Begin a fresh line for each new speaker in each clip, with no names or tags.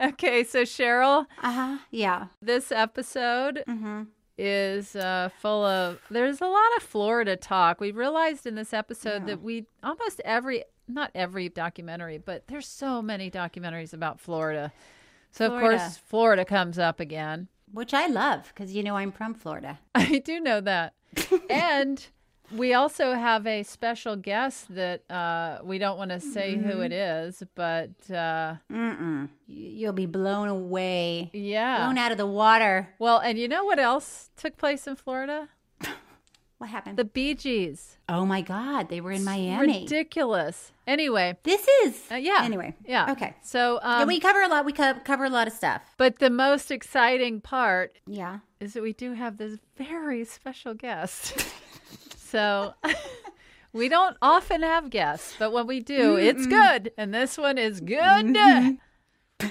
Okay, so Cheryl,
Uh huh. Yeah.
this episode
Mm-hmm.
is uh, full of. There's a lot of Florida talk. We realized in this episode that we almost every, not every documentary, but there's so many documentaries about Florida. So of course,
Florida.
Florida comes up again.
Which I love because you know I'm from Florida.
I do know that. and we also have a special guest that uh, we don't want to say who
Mm-hmm.
it is, but uh,
Mm-mm. Y- You'll be blown away,
yeah.
blown out of the water.
Well, and you know what else took place in Florida?
What happened?
The Bee Gees.
oh my God, they were in Miami.
Ridiculous. Anyway,
this is
uh, yeah.
Anyway,
yeah.
Okay.
So, um,
Yeah, we cover a lot. We co- cover a lot of stuff.
but the most exciting part
Yeah.
is that we do have this very special guest. so, we don't often have guests, but when we do, it's good, and this one is good.
Mm-hmm.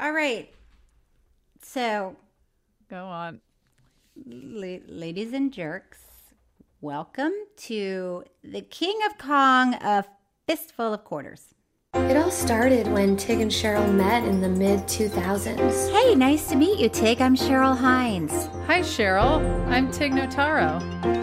All right. So,
Go on.
la- ladies and jerks, welcome to the King of Kong, a fistful of quarters.
It all started when Tig and Cheryl met in the mid 2000s.
Hey, nice to meet you, Tig. I'm Cheryl Hines.
Hi, Cheryl. I'm Tig Notaro.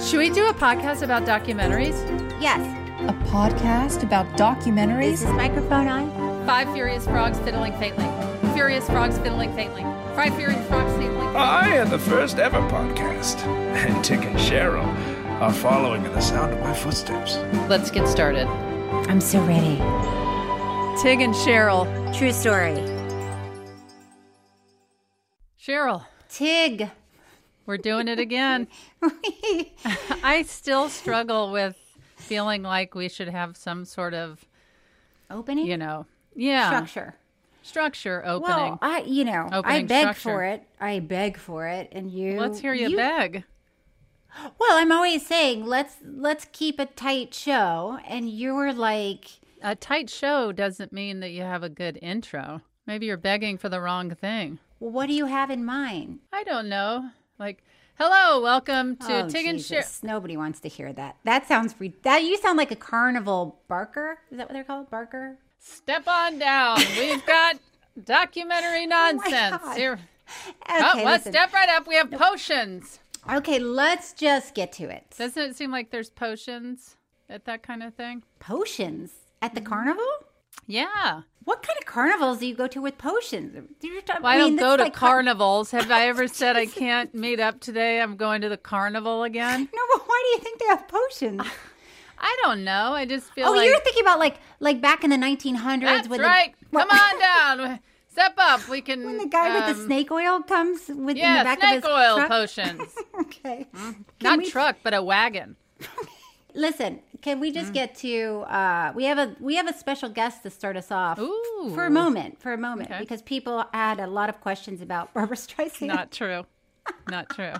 Should we do a podcast about documentaries?
Yes.
A podcast about documentaries?
Is this microphone on?
Five Furious Frogs Fiddling Faintly. Furious Frogs Fiddling Faintly. Five Furious Frogs Fiddling
I am the first ever podcast, and Tick and Cheryl are following in the sound of my footsteps.
Let's get started.
I'm so ready.
Tig and Cheryl.
True story.
Cheryl,
Tig.
we're doing it again. I still struggle with feeling like we should have some sort of,
Opening
you know, yeah,
structure.
structure opening.
Well, I you know, I
Opening
beg
structure.
for it. I beg for it and you
Let's hear you, beg.
Well, I'm always saying let's let's keep a tight show and you were like
A tight show doesn't mean that you have a good intro. Maybe you're begging for the wrong thing.
well, what do you have in mind?
I don't know. Like, hello, welcome to
oh,
Tig and Cheryl.
Jesus. Nobody wants to hear that. That sounds re- that you sound like a carnival barker. Is that what they're called? Barker?
Step on down. We've got documentary nonsense.
Oh God.
Here.
Okay,
oh, well,
listen.
step right up. We have potions.
okay, let's just get to it.
Doesn't it seem like there's potions at that kind of thing?
potions at
Mm-hmm.
the carnival?
Yeah.
What kind of carnivals do you go to with potions? You're talking-
Well, I, don't
mean, this
go
is
to
like car-
carnivals. Have I ever said I can't meet up today? I'm going to the carnival again.
No, but why do you think they have potions?
I don't know. I just feel
oh,
like
you're thinking about like like back in the 1900s
that's
when
right.
the,
Come on down. Step up. We can.
when the guy with the
um,
snake oil comes with in
Yeah,
the back
snake
of his
oil
truck.
potions.
okay.
Not truck, but a wagon.
Listen, can we
Mm.
just get to uh we have a we have a special guest to start us off
Ooh.
for a moment, for a moment
Okay.
because people had a lot of questions about Barbara Streisand.
Not true. Not true.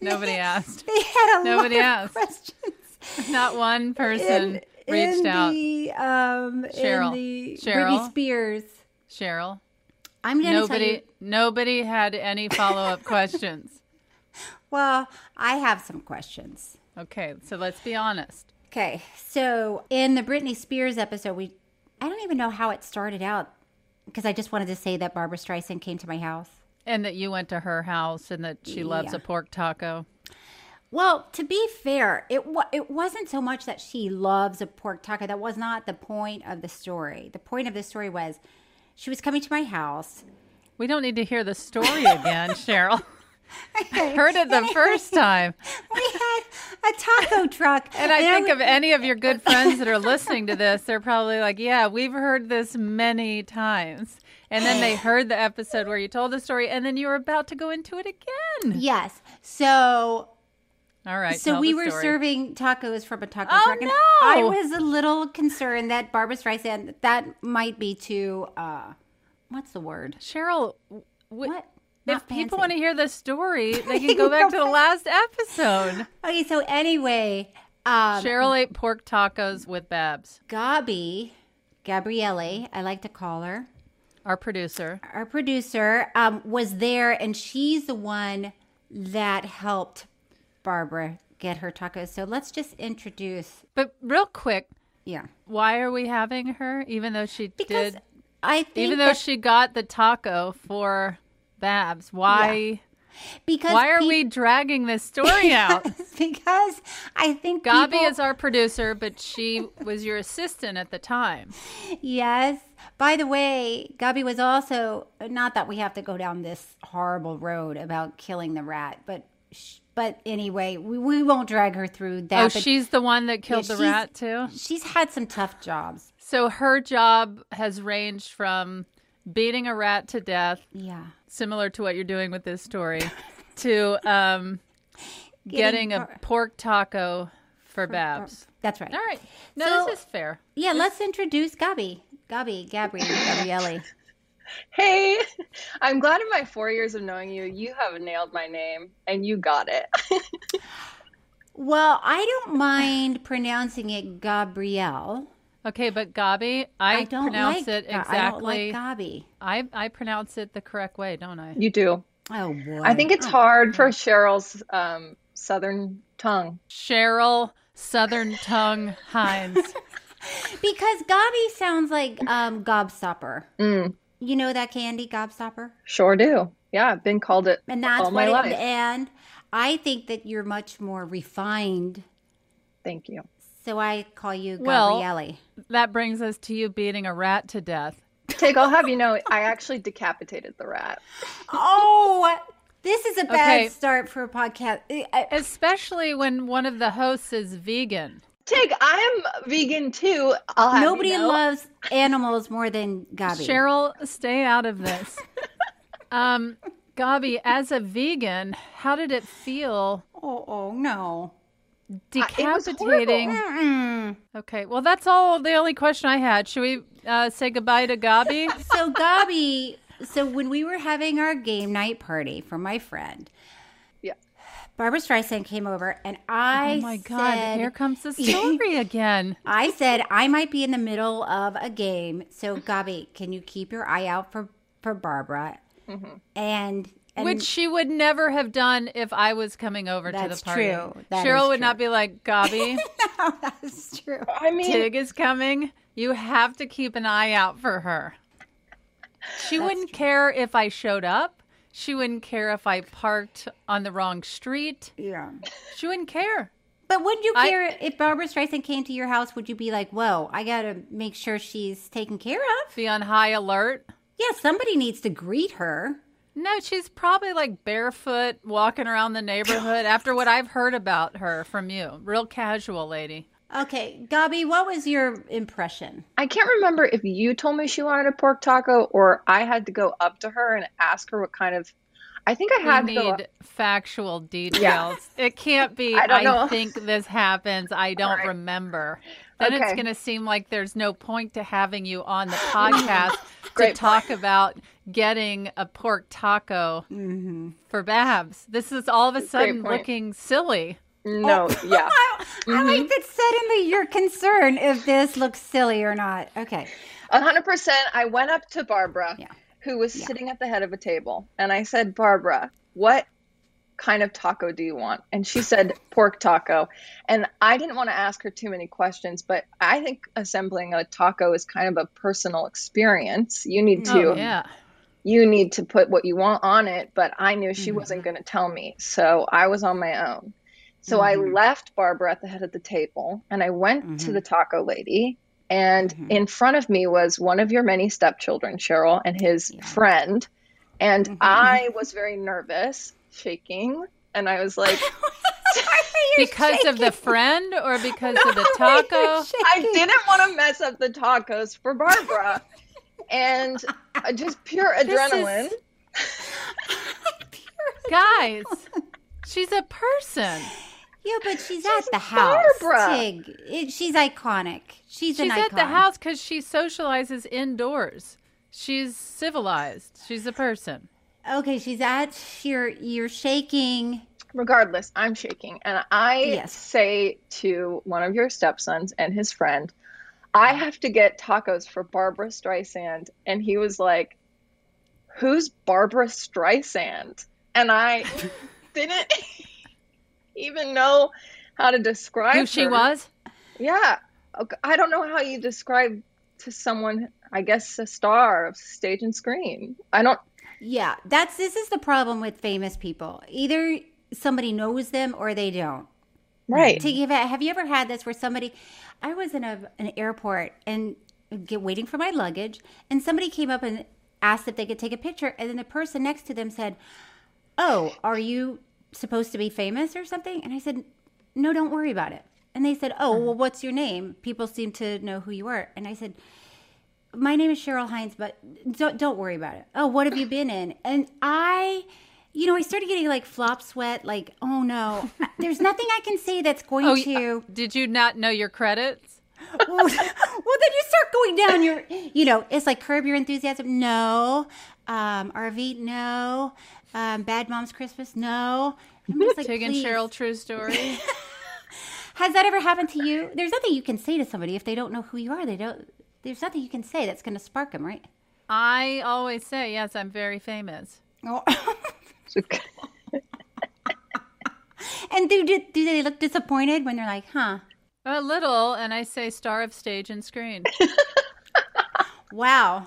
Nobody asked.
they had a
Nobody
lot
asked.
of questions.
Not one person
in,
reached
in
out.
The, um,
Cheryl.
In the
Cheryl.
Britney Spears.
Cheryl.
I'm gonna tell you.
Nobody nobody had any follow-up questions.
Well, I have some questions.
Okay, so let's be honest.
Okay, so in the Britney Spears episode, we I don't even know how it started out. because I just wanted to say that Barbara Streisand came to my house.
And that you went to her house and that she loves
Yeah.
a pork taco.
Well, to be fair, it wa- it wasn't so much that she loves a pork taco. That was not the point of the story. The point of the story was she was coming to my house.
We don't need to hear the story again, Cheryl. Heard it the first time.
We had a taco truck,
And I think
we-
of any of your good friends that are listening to this, they're probably like, Yeah, we've heard this many times. And then they heard the episode where you told the story and then you were about to go into it again.
yes. So
All right.
so
tell
we
the
were
story.
serving tacos from a taco
Oh,
truck. and
no!
I was a little concerned that Barbara Streisand that might be too uh what's the word?
Cheryl, w- w-
What?
if
Not
people
fancy.
want to hear the story, they can go back to the last episode.
Okay, so anyway, um
Cheryl ate pork tacos with Babs,
Gabi, Gabrielle, I like to call her.
our producer.
our producer um, was there and she's the one that helped barbara get her tacos so let's just introduce
But real quick,
yeah
why are we having her? Even though she
because
did,
i think
even though
that-
she got the taco for Babs, why?
because
Why are
pe-
we dragging this story out?
because i think
Gabi
people-
is our producer, but she was your assistant at the time.
yes by the way gabi was also not that we have to go down this horrible road about killing the rat but sh- but anyway we, we won't drag her through that
Oh,
but
she's the one that killed the
she's-
rat too.
she's had some tough jobs
So her job has ranged from beating a rat to death,
yeah
similar to what you're doing with this story, to um, getting,
Getting
a
por-
pork taco for, Babs.
that's right
All right. No,
So-
this is fair.
Yeah, let's introduce Gabi. Gabi, Gabri, Gabrielle.
Hey, I'm glad in my four years of knowing you, you have nailed my name and you got it.
well, I don't mind pronouncing it Gabrielle.
Okay, but Gabi, I,
I don't
pronounce
like
it
Ga-
exactly.
I don't like Gabi.
I, I pronounce it the correct way, don't I?
you do.
Oh boy.
I think it's hard for Cheryl's um, southern tongue.
Cheryl Southern Tongue Hines.
because Gabi sounds like um gobstopper.
Mm.
You know that candy gobstopper?
Sure do. Yeah, I've been called it
And that's
all my
what
life.
it, and I think that you're much more refined.
Thank you.
So I call you
Well-
Gabrielle.
that brings us to you beating a rat to death.
Tig, I'll have you know, I actually decapitated the rat.
oh, this is a bad
Okay.
start for a podcast. I- I-
Especially when one of the hosts is vegan.
Tig, I'm vegan too. I'll have you
Nobody
know.
loves animals more than Gabi.
Cheryl, stay out of this. um, Gabi, as a vegan, how did it feel
Oh, oh no.
was horrible.
decapitating? okay, well, that's all the only question I had. Should we uh, say goodbye to Gabi?
So Gabi, so when we were having our game night party for my friend,
Yeah.
Barbara Streisand came over and I
oh my God,
said,
here comes the story again.
I said I might be in the middle of a game. So Gabi, can you keep your eye out for for Barbara? Mm-hmm. And and
Which she would never have done if I was coming over to the
That's
party.
true. That
Cheryl
is
would not be like, Gabi,
that's true.
I mean,
Tig is coming. You have to keep an eye out for her. She wouldn't care if I showed up. She wouldn't care if I parked on the wrong street.
Yeah.
She wouldn't care.
But wouldn't you
I-
care if Barbara Streisand came to your house? Would you be like, "Whoa, I gotta make sure she's taken care of"?
Be on high alert.
Yeah, somebody needs to greet her.
No, she's probably like barefoot walking around the neighborhood after what I've heard about her from you. Real casual lady.
Okay, Gabi, what was your impression?
I can't remember if you told me she wanted a pork taco or I had to go up to her and ask her what kind of. I think I
We
had to go up.
need factual details. It can't be,
I
I,
don't know."
think this happens. I don't remember. Then it's
Okay.
going to seem like there's no point to having you on the podcast to
Great
talk about getting a pork taco for Babs. This is all of a sudden
Mm-hmm. point.
looking silly.
No, yeah.
I, I like that suddenly you're concerned if this looks silly or not. Okay.
A hundred percent. I went up to Barbara, who was sitting at the head of a table, and I said, "Barbara, what kind of taco do you want? And she said pork taco. And I didn't want to ask her too many questions, but I think assembling a taco is kind of a personal experience. You need to
Oh, yeah.
you need to put what you want on it, but I knew she wasn't going to tell me. So I was on my own. So I left Barbara at the head of the table and I went to the taco lady. And in front of me was one of your many stepchildren, Cheryl, and his friend. And I was very nervous, shaking. And I was like,
Because of the friend or because of the
You're
taco?
shaking.
I didn't want to mess up the tacos for Barbara. and uh, just pure adrenaline.
Guys, she's a person.
Yeah, but she's, at the house.
Barbara.
Tig. It- she's iconic. She's, an
She's
icon.
at the house because she socializes indoors. She's civilized. She's a person.
Okay, she's at. You're you're shaking.
regardless, I'm shaking. And I
Yes.
say to one of your stepsons and his friend, I
Mm-hmm.
have to get tacos for Barbara Streisand. And he was like, Who's Barbara Streisand? And I didn't even know how to describe
Who she
her.
was?
Yeah. Okay, I don't know how you describe to someone, I guess, a star of stage and screen. I don't,
Yeah, that's this is the problem with famous people. Either somebody knows them or they don't.
right.
To give it, have you ever had this where somebody? I was in a, an airport and get, waiting for my luggage, and somebody came up and asked if they could take a picture, and then the person next to them said, "Oh, are you supposed to be famous or something?" And I said, "No, don't worry about it." And they said, "Oh, well, what's your name? People seem to know who you are." And I said, my name is Cheryl Hines, but don't don't worry about it. Oh, what have you been in? And I, you know, I started getting like flop sweat. Like, oh no, there's nothing I can say that's going
Oh,
to.
did you not know your credits?
well, then you start going down your, you know, it's like curb your enthusiasm. No, um, RV. No, um, Bad Moms Christmas. No. I'm just like,
Tig and
please.
Cheryl, true story.
Has that ever happened to you? There's nothing you can say to somebody if they don't know who you are. They don't. There's nothing you can say that's going to spark them, right?
I always say, yes, I'm very famous.
Oh. And do, do do they look disappointed when they're like, huh?
A little, and I say star of stage and screen.
Wow.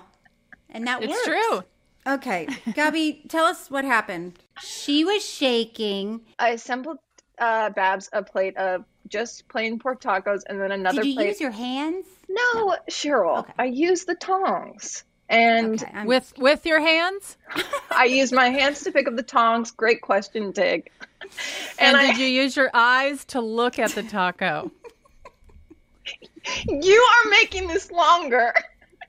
And that
It's
works.
true.
Okay. Gabby, tell us what happened. She was shaking.
I assembled uh, Babs a plate of just plain pork tacos and then another
Did you
plate.
use your hands?
no, Cheryl,
Okay.
I used the tongs. And
Okay, I'm-
With with your hands?
I used my hands to pick up the tongs. Great question, Dig.
And,
And,
did you use your eyes to look at the taco?
I, you are making this longer.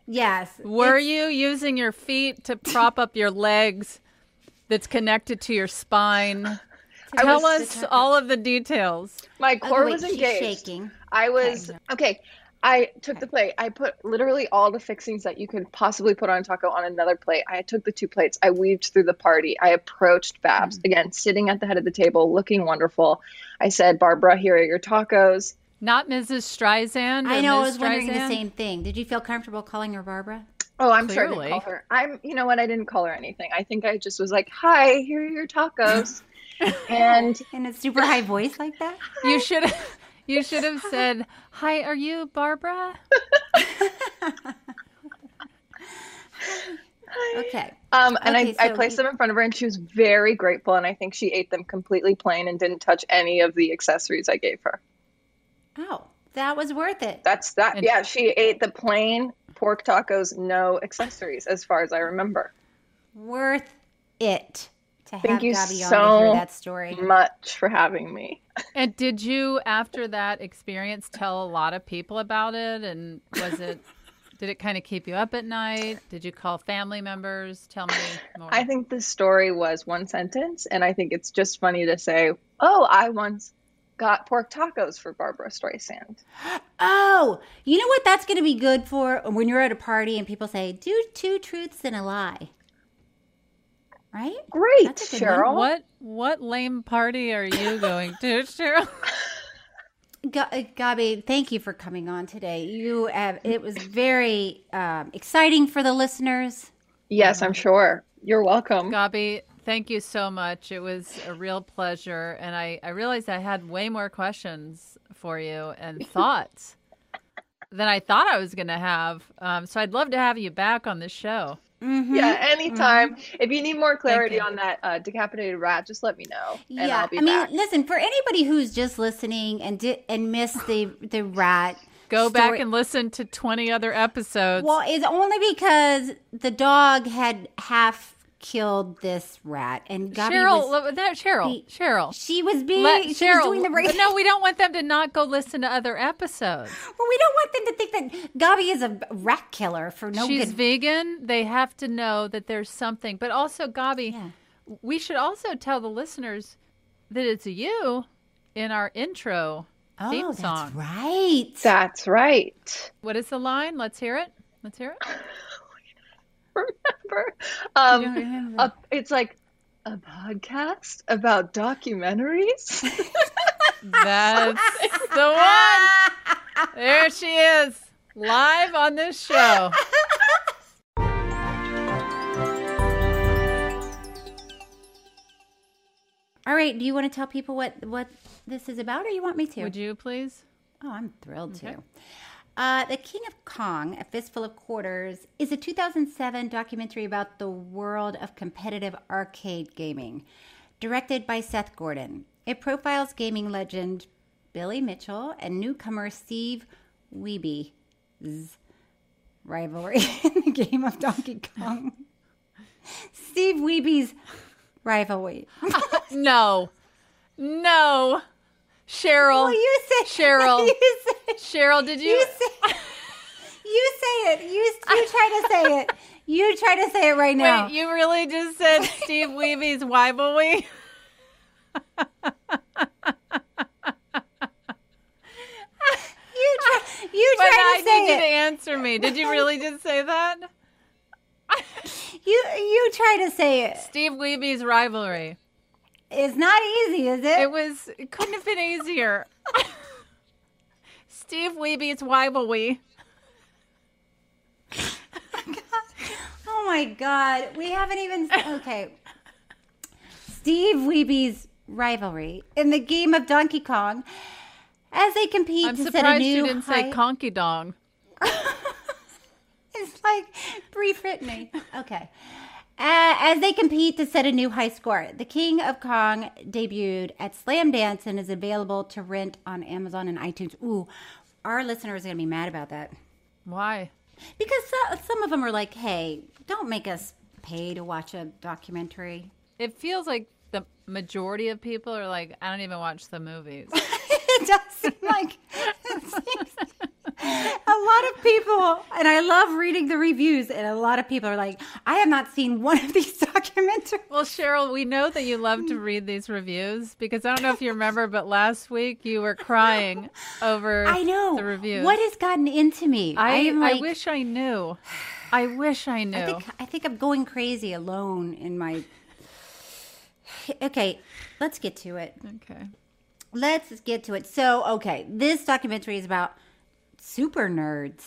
yes.
Were you using your feet to prop up your legs that's connected to your spine?
I
Tell
was-
us all of the details.
My
Oh,
core
wait,
was
she's
engaged.
shaking.
I was okay. I took the plate. I put literally all the fixings that you could possibly put on a taco on another plate. I took the two plates. I weaved through the party. I approached Babs
Mm.
again, sitting at the head of the table, looking wonderful. I said, "Barbara, here are your tacos."
Not Mrs. Streisand. or
I know. I
Ms.
was wondering the
Streisand?
same thing. Did you feel comfortable calling her Barbara?
Oh, I'm sure I
Clearly.
didn't call her. I'm, you know what? I didn't call her anything. I think I just was like, "Hi, here are your tacos," and
In a super high voice like that?
You should you should have said, "Hi, are you Barbara?"
Okay.
Um, and
Okay,
I, I
so
placed
we-
them in front of her, and she was very grateful. And I think she ate them completely plain and didn't touch any of the accessories I gave her.
Oh, that was worth it.
That's that. yeah, she ate the plain pork tacos, no accessories, as far as I remember.
Worth it to have
Thank you
Gabby on to
so
hear that story.
Much for having me.
And did you after that experience tell a lot of people about it and was it did it kind of keep you up at night? Did you call family members? Tell me more.
I think the story was one sentence, and I think it's just funny to say, "Oh, I once got pork tacos for Barbara Streisand."
Oh, you know what that's going to be good for when you're at a party and people say, do two truths and a lie. Right?
Great,
That's a good one.
Cheryl.
what what lame party are you going to, Cheryl?
G- uh, Gabi, thank you for coming on today. You have, it was very um, exciting for the listeners.
Yes, I'm sure. You're welcome.
Gabi, Thank you so much. It was a real pleasure. And I, I realized I had way more questions for you and thoughts than I thought I was going to have. Um, so I'd love to have you back on the show.
Mm-hmm.
Yeah, anytime. If you need more clarity on that uh, decapitated rat, just let me know, and I'll be
I mean,
back.
listen for anybody who's just listening and di- and missed the the rat.
Go back
story-
and listen to 20 other episodes.
Well, it's only because the dog had half killed this rat, and Gabby
Cheryl,
was,
lo- there, Cheryl,
be-
Cheryl.
she was being
Let
she
Cheryl.
was doing the right.
but no, we don't want them to not go listen to other episodes.
Well, we don't want them to think that Gabby is a rat killer for no
She's
good.
vegan. They have to know that there's something. But also, Gabi,
Yeah.
we should also tell the listeners that it's you in our intro
oh,
theme
that's
song.
right.
That's right.
What is the line? Let's hear it. Let's hear it.
Remember, um,
don't remember.
a- it's like a podcast about documentaries.
That's the one. There she is, live on this show.
All right. Do you want to tell people what what this is about, or you want me to?
Would you please?
Oh, I'm thrilled too. Uh, the King of Kong, A Fistful of Quarters, is a 2007 documentary about the world of competitive arcade gaming, directed by Seth Gordon. It profiles gaming legend Billy Mitchell and newcomer Steve Weeby's rivalry in the game of Donkey Kong. Steve Weeby's rivalry.
No, no, Cheryl.
Well, you said
Oh, Cheryl.
You said
Cheryl, did you?
You say, you say it. You, you try to say it. You try to say it right now.
Wait, you really just said Steve Weeby's rivalry?
you try, you
But
try
I
to
need
say
you to
it.
answer me. Did you really just say that?
You you try to say it.
Steve Weeby's rivalry.
It's not easy, is it?
It was. It couldn't have been easier. Steve Weeby's rivalry.
oh my god, we haven't even. Okay. Steve Weeby's rivalry in the game of Donkey Kong, as they compete
I'm
to set a
surprised
new
you didn't say
height-
conky dong.
It's like Brie Fritney. Okay. Uh, as they compete to set a new high score, The King of Kong debuted at Slam Dance and is available to rent on Amazon and iTunes. Ooh, our listeners are going to be mad about that
Why?
because so, some of them are like, "Hey, don't make us pay to watch a documentary."
It feels like the majority of people are like, I don't even watch the movies.
it does seem like it seems- a lot of people, and I love reading the reviews, and a lot of people are like, "I have not seen one of these documentaries."
Well, Cheryl, we know that you love to read these reviews because I don't know if you remember, but last week you were crying over
I know
the reviews.
What has gotten into me?
I,
am
I
like-
wish I knew. I wish I knew.
I think I think I'm going crazy alone in my. Okay, let's get to it.
okay.
Let's get to it. So, okay, this documentary is about super nerds,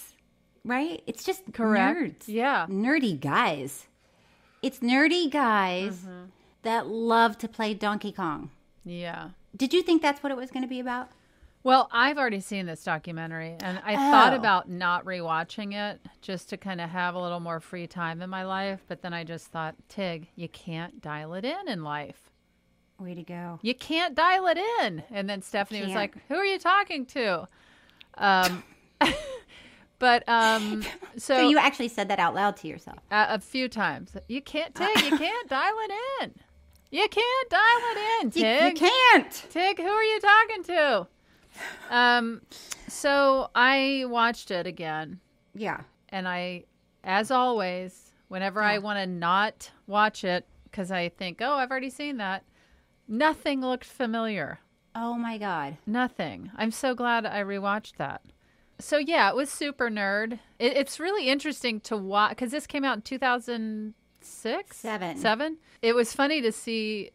right? It's just
Correct.
nerds.
Yeah.
nerdy guys. It's nerdy guys
Mm-hmm.
that love to play Donkey Kong.
Yeah.
Did you think that's what it was going to be about?
Well, I've already seen this documentary and I thought
Oh.
about not rewatching it just to kind of have a little more free time in my life. But then I just thought, Tig, you can't dial it in in life.
Way to go!
You can't dial it in. And then Stephanie was
can't.
like, Who are you talking to? Um, but um, so,
So, you actually said that out loud to yourself.
a, a few times, you can't, Tig, you can't dial it in. You can't dial it in,
You-
Tig.
you can't.
Tig, who are you talking to? Um, so I watched it again,
Yeah.
and I, as always, whenever I want to not watch it because I think, oh, I've already seen that, nothing looked familiar.
Oh my God.
Nothing. I'm so glad I rewatched that. So yeah, it was super nerd. It, it's really interesting to watch because this came out in 2006,
Seven.
seven. It was funny to see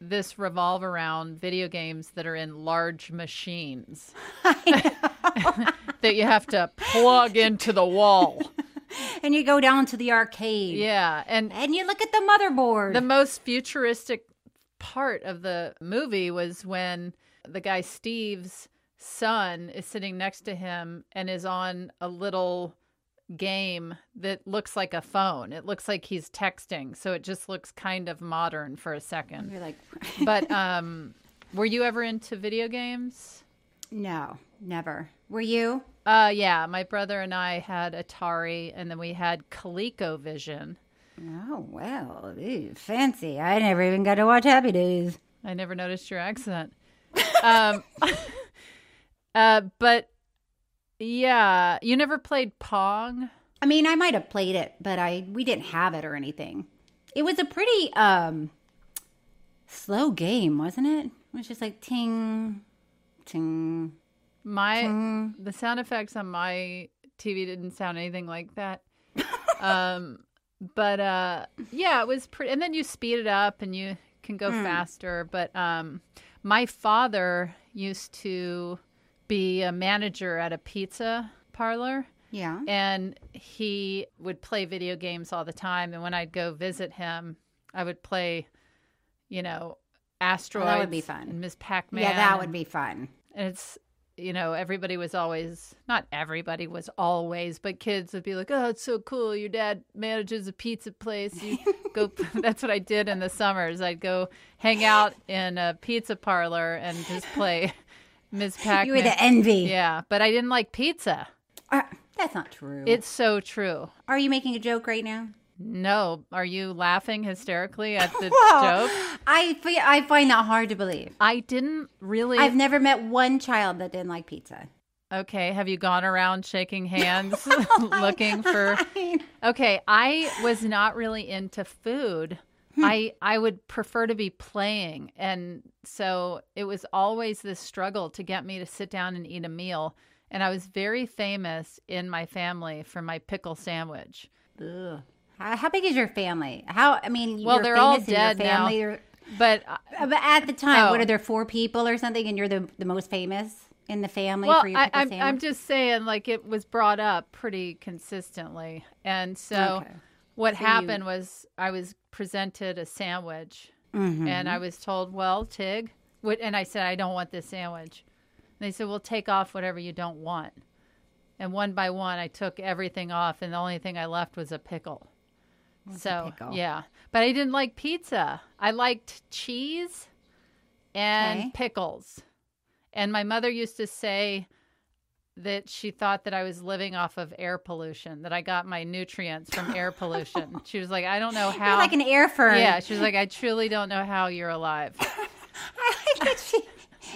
this revolve around video games that are in large machines that you have to plug into the wall.
and you go down to the arcade.
Yeah, and
And you look at the motherboard.
the most futuristic part of the movie was when the guy Steve's son is sitting next to him and is on a little game that looks like a phone. It looks like he's texting, so it just looks kind of modern for a second.
You're like,
But um were you ever into video games?
no, never. Were you?
Uh yeah, my brother and I had Atari and then we had ColecoVision.
Oh, well, ew, fancy. I never even got to watch Happy Days.
I never noticed your accent. um, uh, but yeah, you never played Pong.
I mean, I might have played it, but I we didn't have it or anything. It was a pretty um slow game, wasn't it? It was just like ting ting. Eh.
My
Mm.
the sound effects on my TV didn't sound anything like that. um, but uh, yeah, it was pretty. And then you speed it up, and you can go faster. But um, my father used to be a manager at a pizza parlor.
Yeah.
And he would play video games all the time. And when I'd go visit him, I would play, you know, Asteroids.
Oh, be fun.
And Ms. Pac Man.
Yeah, that would be fun.
And it's, you know, everybody was always, not everybody was always, but kids would be like, oh, it's so cool. Your dad manages a pizza place. You go, that's what I did in the summers. I'd go hang out in a pizza parlor and just play Ms. Pac Man.
You were the envy.
Yeah, but I didn't like pizza.
Uh, that's not true.
It's so true.
Are you making a joke right now?
No, are you laughing hysterically at the
Well,
joke?
I fi- I find that hard to believe.
I didn't really.
I've never met one child that didn't like pizza.
okay, have you gone around shaking hands looking for?
I mean,
Okay, I was not really into food. I I would prefer to be playing, and so it was always this struggle to get me to sit down and eat a meal. And I was very famous in my family for my pickle sandwich.
ugh. How, how big is your family? How I mean,
Well,
you're
they're all
famous in your
dead now.
family, you're-
But
Uh, But at the time,
Oh.
what are there four people or something, and you're the the most famous in the family
well,
for your
I,
pickle
I'm, I'm
sandwich?
just saying, like, it was brought up pretty consistently. And so
Okay.
what happened was I was presented a sandwich
Mm-hmm.
and I was told, well, Tig, what, and I said, I don't want this sandwich. And they said, well, take off whatever you don't want. And one by one, I took everything off, and the only thing I left was a pickle. so,
pickle?
yeah. But I didn't like pizza. I liked cheese and
Okay.
pickles. And my mother used to say that she thought that I was living off of air pollution, that I got my nutrients from air pollution. She was like, I don't know
You're
how.
like an air fern.
yeah, she was like, I truly don't know how you're alive.
I like that she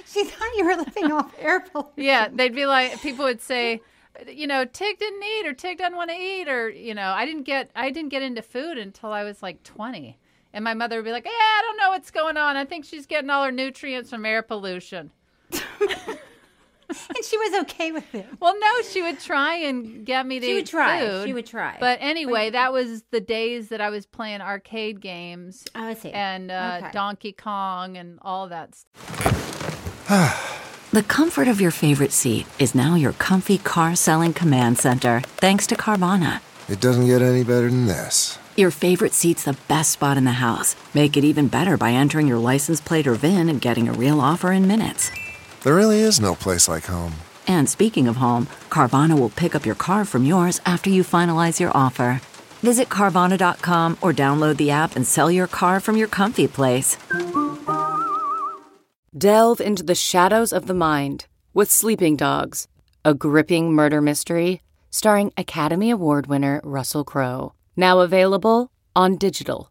she thought you were living off air pollution.
Yeah, they'd be like, people would say, you know, Tig didn't eat or Tig doesn't want to eat or you know, I didn't get I didn't get into food until I was like twenty, and my mother would be like, yeah, I don't know what's going on. I think she's getting all her nutrients from air pollution.
and she was okay with it.
Well, no, she would try and get me to
She
eat
would try.
food.
She would try.
But anyway, that was the days that I was playing arcade games
Oh, I see.
and uh,
Okay.
Donkey Kong and all that stuff.
The comfort of your favorite seat is now your comfy car selling command center, thanks to Carvana.
It doesn't get any better than this.
Your favorite seat's the best spot in the house. Make it even better by entering your license plate or VIN and getting a real offer in minutes.
There really is no place like home.
And speaking of home, Carvana will pick up your car from yours after you finalize your offer. Visit Carvana.com or download the app and sell your car from your comfy place.
Delve into the shadows of the mind with Sleeping Dogs, a gripping murder mystery starring Academy Award winner Russell Crowe. Now available on digital.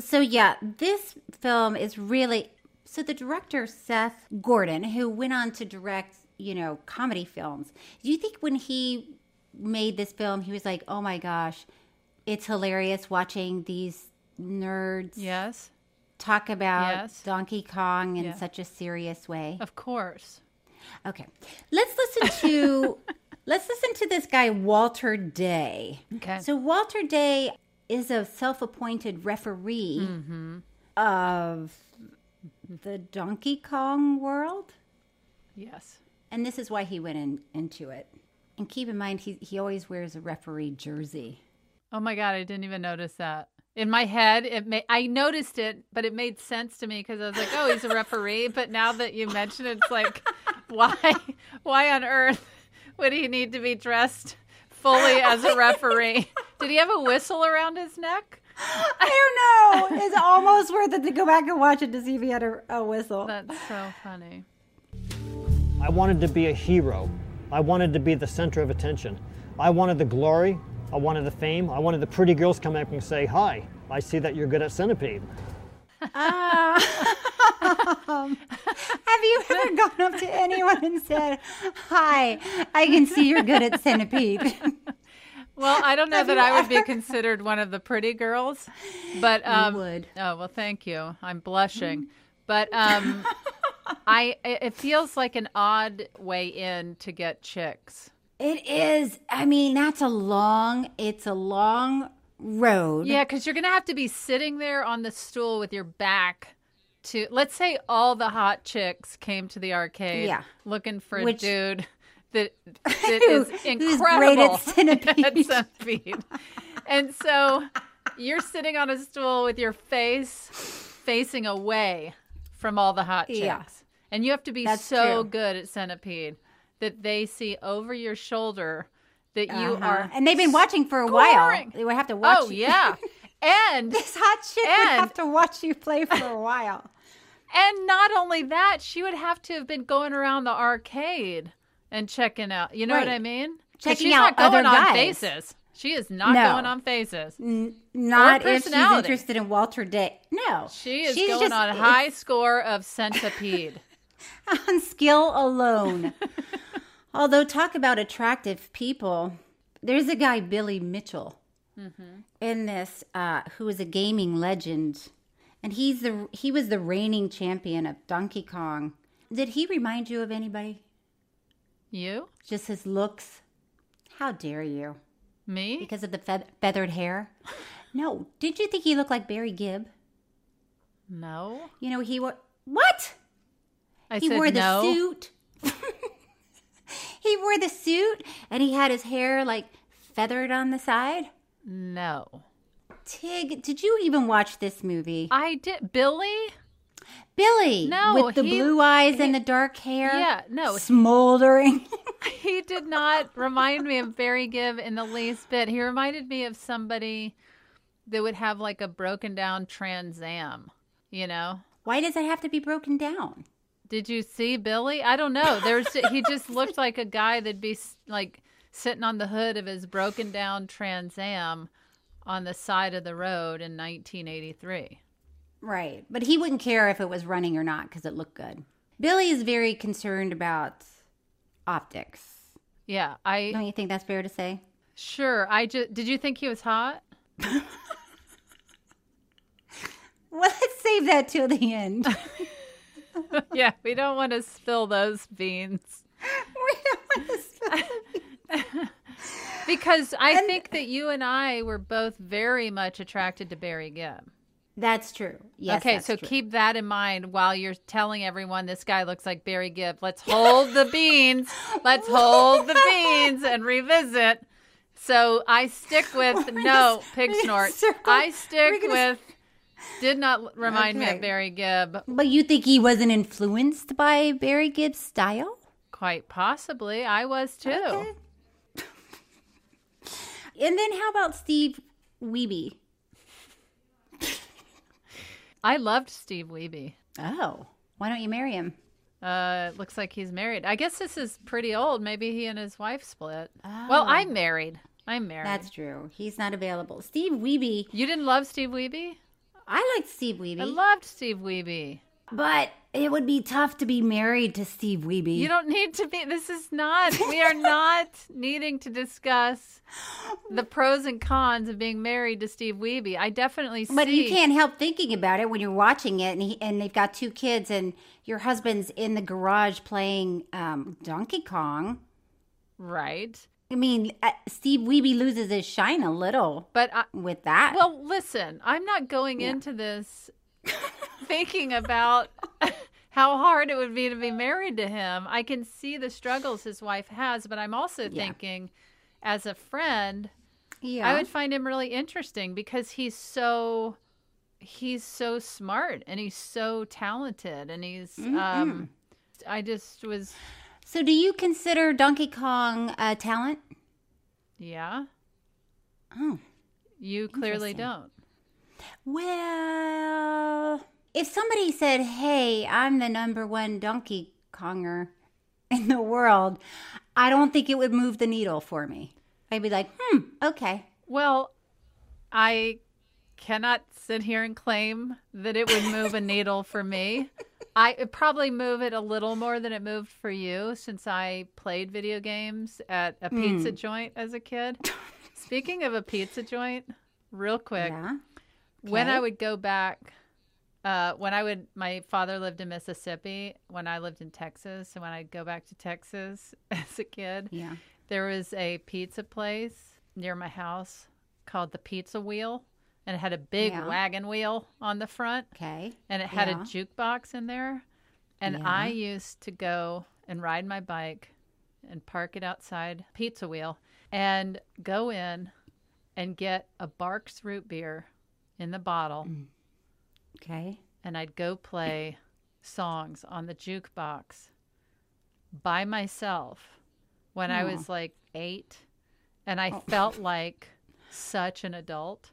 So yeah, this film is really so the director Seth Gordon, who went on to direct, you know, comedy films. Do you think when he made this film, he was like, "Oh my gosh, it's hilarious watching these nerds
Yes.
talk about
Yes.
Donkey Kong in
Yeah.
such a serious way?"
Of course.
Okay. Let's listen to let's listen to this guy Walter Day.
Okay.
So Walter Day is a self-appointed referee Mm-hmm. of the Donkey Kong world.
Yes.
And this is why he went in, into it. And keep in mind he he always wears a referee jersey.
Oh my god, I didn't even notice that. In my head, it may I noticed it, but it made sense to me because I was like, "Oh, he's a referee." but now that you mention it, it's like, why, why on earth would he need to be dressed fully as a referee? Did he have a whistle around his neck?
I don't know. It's almost worth it to go back and watch it to see if he had a, a whistle.
That's so funny.
I wanted to be a hero. I wanted to be the center of attention. I wanted the glory. I wanted the fame. I wanted the pretty girls come up and say, Hi, I see that you're good at centipede.
Um, have you ever gone up to anyone and said, "Hi, I can see you're good at centipede"?
Well, I don't know
Have
that
you
I would be considered one of the pretty girls, but
You
um,
would. Mm.
Oh well, thank you. I'm blushing, but um, I it it feels like an odd way in to get chicks.
It is. I mean, that's a long. It's a long road.
Yeah, because you're gonna have to be sitting there on the stool with your back to. Let's say all the hot chicks came to the arcade,
Yeah.
looking for a
Which-
dude that that
Who-
is
who's great
incredible
at centipede.
at centipede. and so you're sitting on a stool with your face facing away from all the hot chicks,
Yeah.
and you have to be
That's
so
true.
good at centipede that they see over your shoulder that you
Uh-huh.
are
and they've been watching for a
scoring.
while. They would have to watch.
Oh yeah. And
this hot chick would
and-
have to watch you play for a while.
And not only that, she would have to have been going around the arcade and checking out. You know what
Right.
I mean? 'Cause
Checking
she's
out
not going
other
on
guys.
faces. She is not
No.
going on faces.
N- Not if she's
personality.
interested in Walter Day. No,
She is
she's
going
just-
on a high score of centipede.
on skill alone. Although, talk about attractive people. There's a guy, Billy Mitchell, in this, uh, who is a gaming legend, and he's the he was the reigning champion of Donkey Kong. Did he remind you of anybody?
you?
Just his looks. How dare you?
Me?
Because of the feath- feathered hair. No, did you think he looked like Barry Gibb?
No.
You know he wore what?
I
he
said
wore the
no.
suit. he wore the suit and he had his hair like feathered on the side.
No.
Tig, did you even watch this movie?
I did. Billy?
Billy.
No,
With the
he-
blue eyes and the dark hair.
Yeah, no.
Smoldering.
He did not remind me of Barry Gibb in the least bit. He reminded me of somebody that would have like a broken down Trans Am, you know?
Why does it have to be broken down?
Did you see Billy? I don't know. There's he just looked like a guy that'd be s- like sitting on the hood of his broken down Trans Am on the side of the road in 1983.
Right. But he wouldn't care if it was running or not because it looked good. Billy is very concerned about optics.
Yeah, I
Don't you think that's fair to say?
sure. I just did you think he was hot?
Well, let's save that till the end.
yeah, we don't want to spill those beans.
We don't want to spill the beans.
because I think that you and I were both very much attracted to Barry Gibb.
That's true. Yes.
okay,
that's
so
true.
keep that in mind while you're telling everyone this guy looks like Barry Gibb. Let's hold the beans. Let's hold the beans and revisit. So I stick with no pig snort. I stick with did not remind me
Okay.
of Barry Gibb.
But you think he wasn't influenced by Barry Gibb's style?
Quite possibly. I was too.
And then how about Steve Weeby?
I loved Steve Weeby.
Oh, why don't you marry him?
Uh, it looks like he's married. I guess this is pretty old. Maybe he and his wife split. Well, I'm married. I'm married.
Oh. That's true. He's not available. Steve Weeby.
You didn't love Steve Weeby?
I liked Steve Weeby.
I loved Steve Weeby.
but it would be tough to be married to Steve Weeby.
You don't need to be. This is not. We are not needing to discuss the pros and cons of being married to Steve Weeby. I definitely see.
But you can't help thinking about it when you're watching it, and he, and they've got two kids, and your husband's in the garage playing um, Donkey Kong.
Right.
I mean, uh, Steve Weeby loses his shine a little,
but I,
with that,
Well, listen, I'm not going into this thinking about how hard it would be to be married to him. I can see the struggles his wife has, but I'm also thinking as a friend, I
Yeah.
would find him really interesting because he's so he's so smart and he's so talented and he's
Mm-hmm.
um I just was
So, do you consider Donkey Kong a talent?
yeah.
Oh.
You clearly don't.
Well, if somebody said, "Hey, I'm the number one Donkey Konger in the world," I don't think it would move the needle for me. I'd be like, "Hmm, okay."
Well, I cannot sit here and claim that it would move a needle for me. I it probably move it a little more than it moved for you since I played video games at a pizza
Mm.
joint as a kid. Speaking of a pizza joint, real quick. When I
Okay.
would go back uh, when I would, my father lived in Mississippi when I lived in Texas. And when I'd go back to Texas as a kid,
Yeah.
there was a pizza place near my house called the Pizza Wheel, and it had a big
Yeah.
wagon wheel on the front.
Okay.
And it had
Yeah.
a jukebox in there. And
Yeah.
I used to go and ride my bike and park it outside Pizza Wheel and go in and get a Barks root beer in the bottle.
Mm. Okay.
And I'd go play songs on the jukebox by myself when I was
Aw.
like eight. And I
Oh.
felt like such an adult.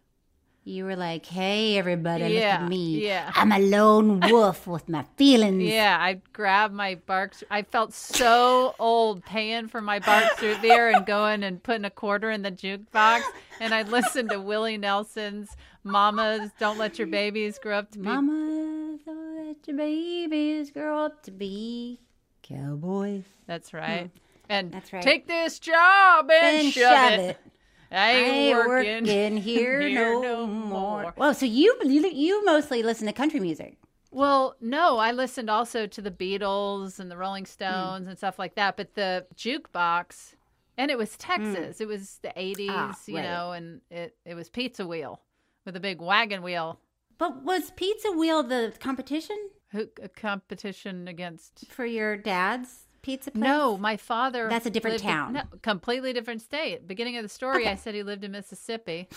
You were like, "Hey, everybody, look
Yeah,
at me.
yeah.
I'm a lone wolf with my feelings."
Yeah, I grabbed my Barks. I felt so old paying for my Barks root beer and going and putting a quarter in the jukebox. And I listened to Willie Nelson's Mamas Don't Let Your Babies Grow Up to Be
Mama, don't let your babies grow up to be cowboys.
That's right. And
hmm. That's right.
take this job and,
And
shove,
shove
it.
it.
I ain't working,
here, no, more. Well, so you, you you mostly listen to country music.
Well, no, I listened also to the Beatles and the Rolling
Hmm.
Stones and stuff like that, but the jukebox and it was Texas. It was the 80s,
Hmm. Ah,
you
right.
know, and it it was pizza wheel with a big wagon wheel.
But was Pizza Wheel the competition
Who, a competition against
for your dad's pizza place?
No, my father.
That's a different
lived in-
town.
no, completely different state. Beginning of the story, I said he lived in Mississippi.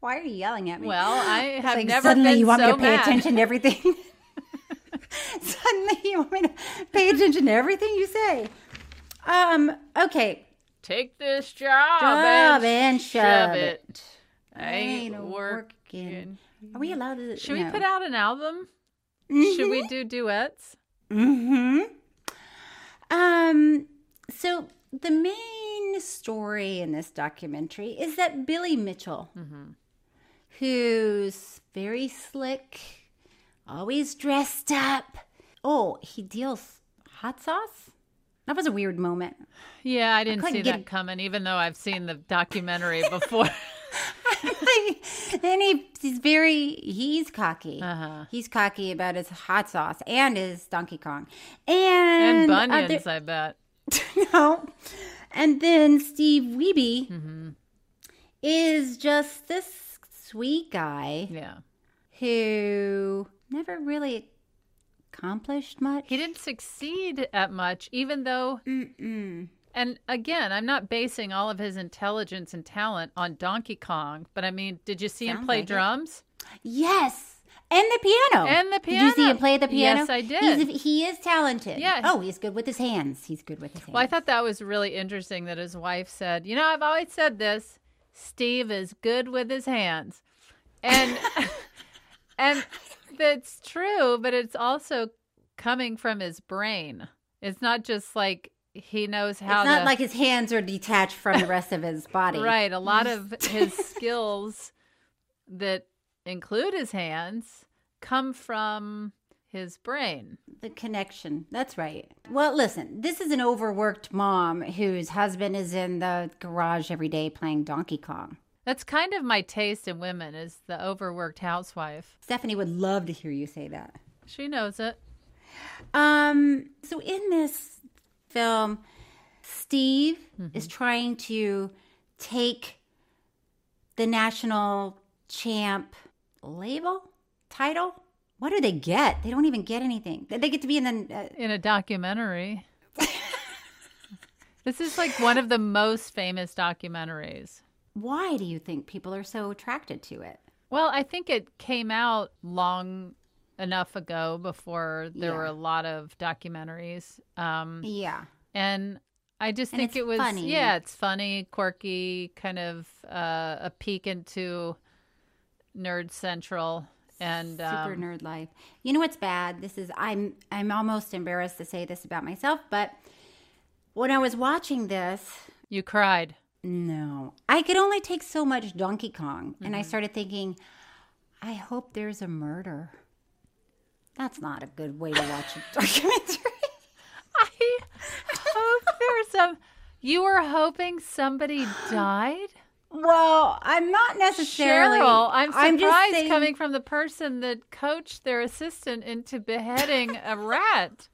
Why are you yelling at me?
Well, I
It's
have
like
never
suddenly
been
you want me
so
to pay
mad.
attention to everything. suddenly you want me to pay attention to everything you say. Um. Okay.
Take this job,
Job and shove
I ain't
Ain't
working.
Are we allowed to?
Should we
no.
put out an album? Should
Mm-hmm.
we do duets?
Hmm. Um. So the main story in this documentary is that Billy Mitchell,
Mm-hmm.
who's very slick, always dressed up. Oh, he deals hot sauce. That was a weird moment.
Yeah, I didn't
couldn't
see
get
that
it.
coming, even though I've seen the documentary before.
and he, he's very he's cocky.
Uh-huh.
He's cocky about his hot sauce and his Donkey Kong
and
and other-
bunions, I bet.
no. And then Steve Wiebe is just this sweet guy.
Yeah.
Who never really accomplished much.
He didn't succeed at much, even though. And again, I'm not basing all of his intelligence and talent on Donkey Kong, but I mean, did you see him
Sounds
play
like it.
drums?
Yes. And the piano.
And the
Did you see him
piano.
play the piano?
Yes, I
He's-
did.
he is talented.
Yeah.
Oh, he's good with his hands. He's good with his hands.
Well, I thought that was really interesting that his wife said, You know, I've always said this Steve is good with his hands. And, and that's true, but it's also coming from his brain. It's not just like he knows how
it's not
to.
like his hands are detached from the rest of his body.
Right. A lot of his skills that include his hands come from his brain.
The connection. That's right. Well, listen, this is an overworked mom whose husband is in the garage every day playing Donkey Kong.
That's kind of my taste in women is the overworked housewife.
Stephanie would love to hear you say that.
She knows it.
Um, so in this film, Steve is trying to take the national champ label title. What do they get? They don't even get anything. They they get to be in the uh,
in a documentary. this is like one of the most famous documentaries.
Why do you think people are so attracted to it?
Well, I think it came out long enough ago before there
Yeah.
were a lot of documentaries. Um,
Yeah.
and I just
And
think
it's
it was
funny.
yeah, it's funny, quirky, kind of uh, a peek into nerd central and
Super
um,
nerd life. You know what's bad? This is I'm I'm almost embarrassed to say this about myself, but when I was watching this,
You cried.
No. I could only take so much Donkey Kong, and I
Mm-hmm.
started thinking, I hope there's a murder. That's not a good way to watch a documentary.
hope there's some. You were hoping somebody died.
Well, I'm not necessarily.
Cheryl, I'm surprised
I'm just saying-
coming from the person that coached their assistant into beheading a rat.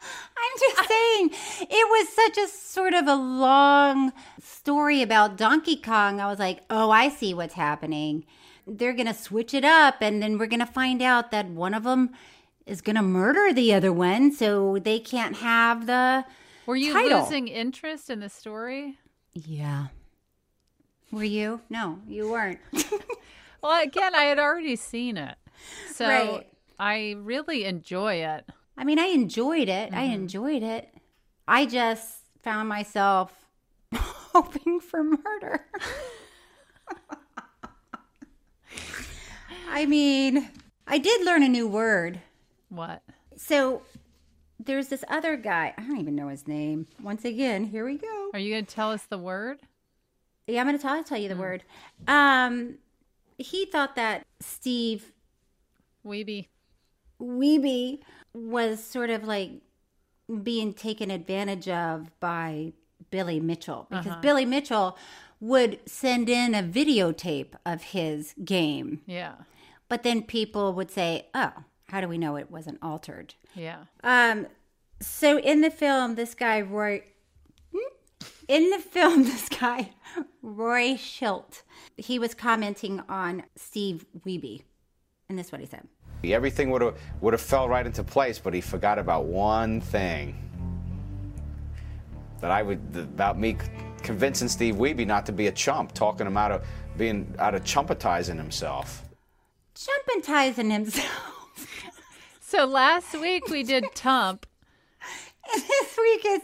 I'm just saying, it was such a sort of a long story about Donkey Kong. I was like, oh, I see what's happening. They're going to switch it up, and then we're going to find out that one of them is going to murder the other one, so they can't have the.
Were you
title.
losing interest in the story?
Yeah. Were you? No, you weren't.
Well, again, I had already seen it, so
Right.
I really enjoy it.
I mean, I enjoyed it. I enjoyed it. I just found myself hoping for murder. I mean, I did learn a new word.
What?
So there's this other guy. I don't even know his name. Once again, here we go.
Are you going to tell us the word?
Yeah, I'm going to tell, I'll tell you the word. Um, he thought that Steve
Weeby.
Weeby was sort of like being taken advantage of by Billy Mitchell because
Uh-huh.
Billy Mitchell would send in a videotape of his game,
Yeah,
but then people would say, "Oh, how do we know it wasn't altered?"
yeah.
Um, so in the film, this guy Roy, hmm? in the film, this guy Roy Schilt, he was commenting on Steve Weeby, and this is what he said.
Everything would have would have fell right into place, but he forgot about one thing. That I would about me convincing Steve Weeby not to be a chump, talking him out of being out of chumpetizing himself.
Chumpentizing himself.
So last week we did Tump.
And this week is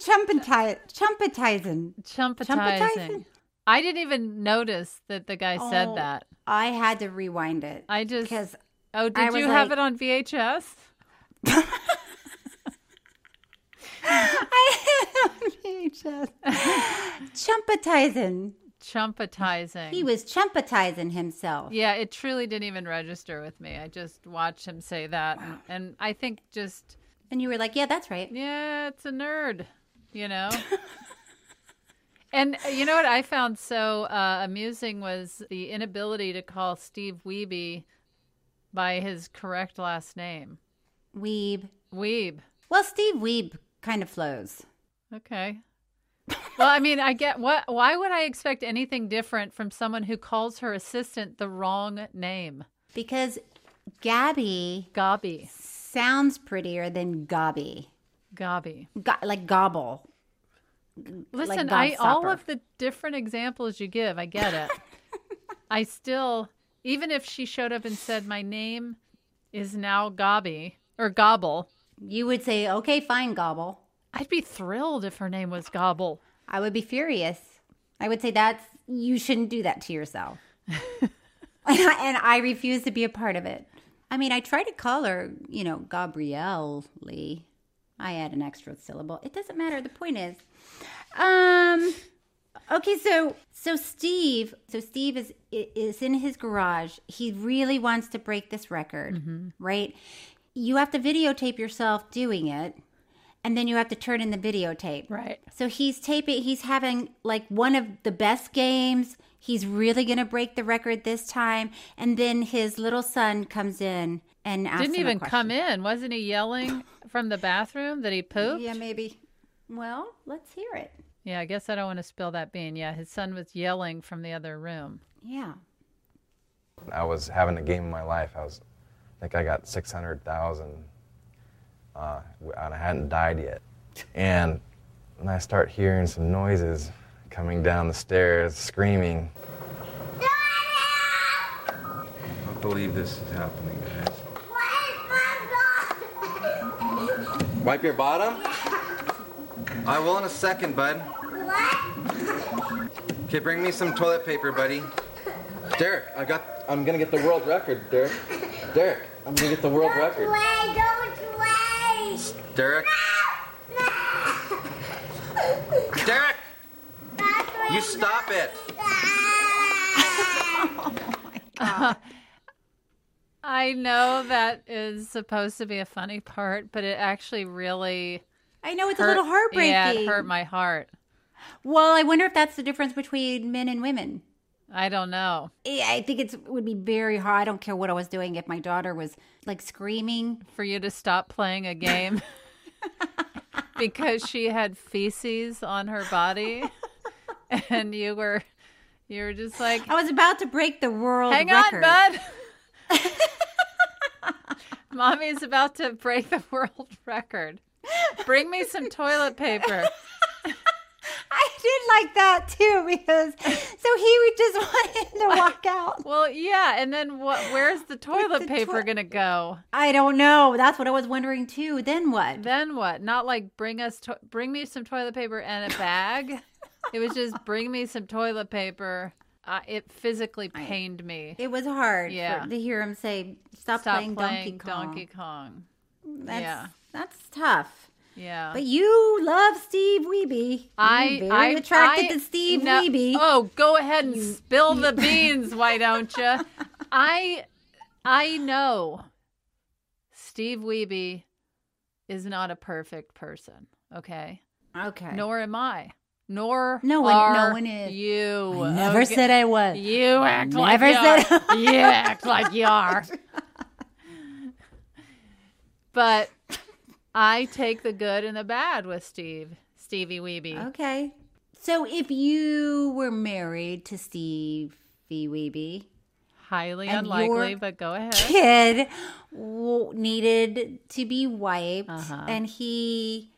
chumpetize, chumpetizing.
Chumpetizing. I didn't even notice that the guy said
Oh,
that.
I had to rewind it.
I just
because
Oh, did
I
you
was
have it
like-
on VHS?
chumpetizing.
Chumpetizing.
He was chumpetizing himself.
Yeah, it truly didn't even register with me. I just watched him say that, and, and I think just
And you were like, "Yeah, that's right."
yeah, it's a nerd, you know. and uh, you know what I found so uh, amusing was the inability to call Steve Weeby by his correct last name,
Weeb.
Weeb.
Well, Steve Weeb kind of flows.
Okay. Well, I mean, I get what. Why would I expect anything different from someone who calls her assistant the wrong name?
Because Gabby
Gobby
sounds prettier than Gobby.
Gobby.
Go- like gobble. G- like
Listen, I all
gobstopper.
of the different examples you give, I get it. I still, even if she showed up and said, "My name is now Gobby or Gobble,"
you would say, "Okay, fine, Gobble."
I'd be thrilled if her name was Gobble.
I would be furious. I would say that's you shouldn't do that to yourself. and, I, and I refuse to be a part of it. I mean, I tried to call her, you know, Gabrielle Lee. I add an extra syllable. It doesn't matter. The point is, um, okay. So, so Steve, so Steve is is in his garage. He really wants to break this record,
Mhm.
right? You have to videotape yourself doing it, and then you have to turn in the videotape.
Right.
So he's taping. He's having like one of the best games. He's really gonna break the record this time. And then his little son comes in and asks
Didn't
him a
even
question.
come in. Wasn't he yelling from the bathroom that he pooped?
Yeah, maybe. Well, let's hear it.
Yeah, I guess I don't want to spill that bean. Yeah, his son was yelling from the other room.
Yeah.
I was having a game of my life. I was, I think I got 600,000, uh, w- and I hadn't died yet. And, and I start hearing some noises coming down the stairs, screaming.
I don't believe this is happening, guys.
Wipe your bottom? I will in a second, bud. Okay, bring me some toilet paper, buddy. Derek, I got, I'm gonna get the world record, Derek. Derek, I'm gonna get the world record. Derek. Derek! You stop it!
I know that is supposed to be a funny part, but it actually really.
I know it's a
hurt-
little heartbreaking.
Yeah, it hurt my heart.
Well, I wonder if that's the difference between men and women.
I don't know.
Yeah, I think it's would be very hard. I don't care what I was doing if my daughter was like screaming
for you to stop playing a game because she had feces on her body, and you were you were just like,
I was about to break the world
Hang
record.
on, bud. Mommy's about to break the world record. Bring me some toilet paper.
I did like that too because so he would just wanted to walk out.
Well, yeah, and then what? Where's the toilet
the
paper
toi-
gonna go?
I don't know. That's what I was wondering too. Then what?
Then what? Not like bring us, to- bring me some toilet paper and a bag. it was just bring me some toilet paper. Uh, it physically pained me.
It was hard
Yeah.
for, to hear him say, "Stop,
Stop
playing,
playing
Donkey Kong."
Donkey Kong.
That's,
yeah,
that's tough.
yeah.
But you love Steve Weeby.
I,
You're
I
very attracted
I-
to Steve
no-
Weeby.
Oh, go ahead and spill the beans, why don't you? I I know Steve Weeby is not a perfect person. Okay.
Okay.
Nor am I. Nor
No one- no
are
one is.
You
I never
okay?
said I was.
You
I
act
never
like you
said-
are. you act like you are. But I take the good and the bad with Steve, Stevie
Oh.
Weeby.
Okay. So if you were married to Steve Weeby,
Highly
And
unlikely,
your
but go ahead.
kid w- needed to be wiped,
Uh-huh.
and he,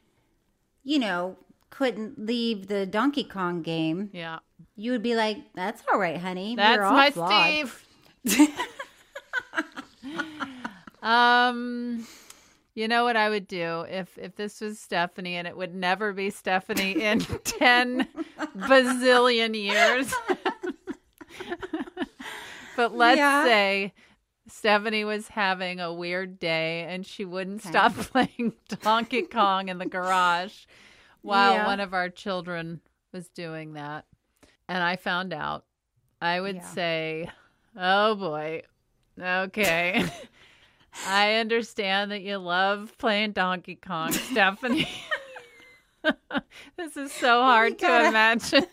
you know, couldn't leave the Donkey Kong game.
Yeah.
You would be like, "That's all right, honey.
That's
We're all
my
flawed."
Steve. um, you know what I would do if if this was Stephanie, and it would never be Stephanie in ten bazillion years. but let's
Yeah.
say. Stephanie was having a weird day and she wouldn't
Okay.
stop playing Donkey Kong in the garage while
Yeah.
one of our children was doing that. And I found out. I would
Yeah.
say, oh boy, okay. I understand that you love playing Donkey Kong, Stephanie. this is so hard to
gotta-
imagine.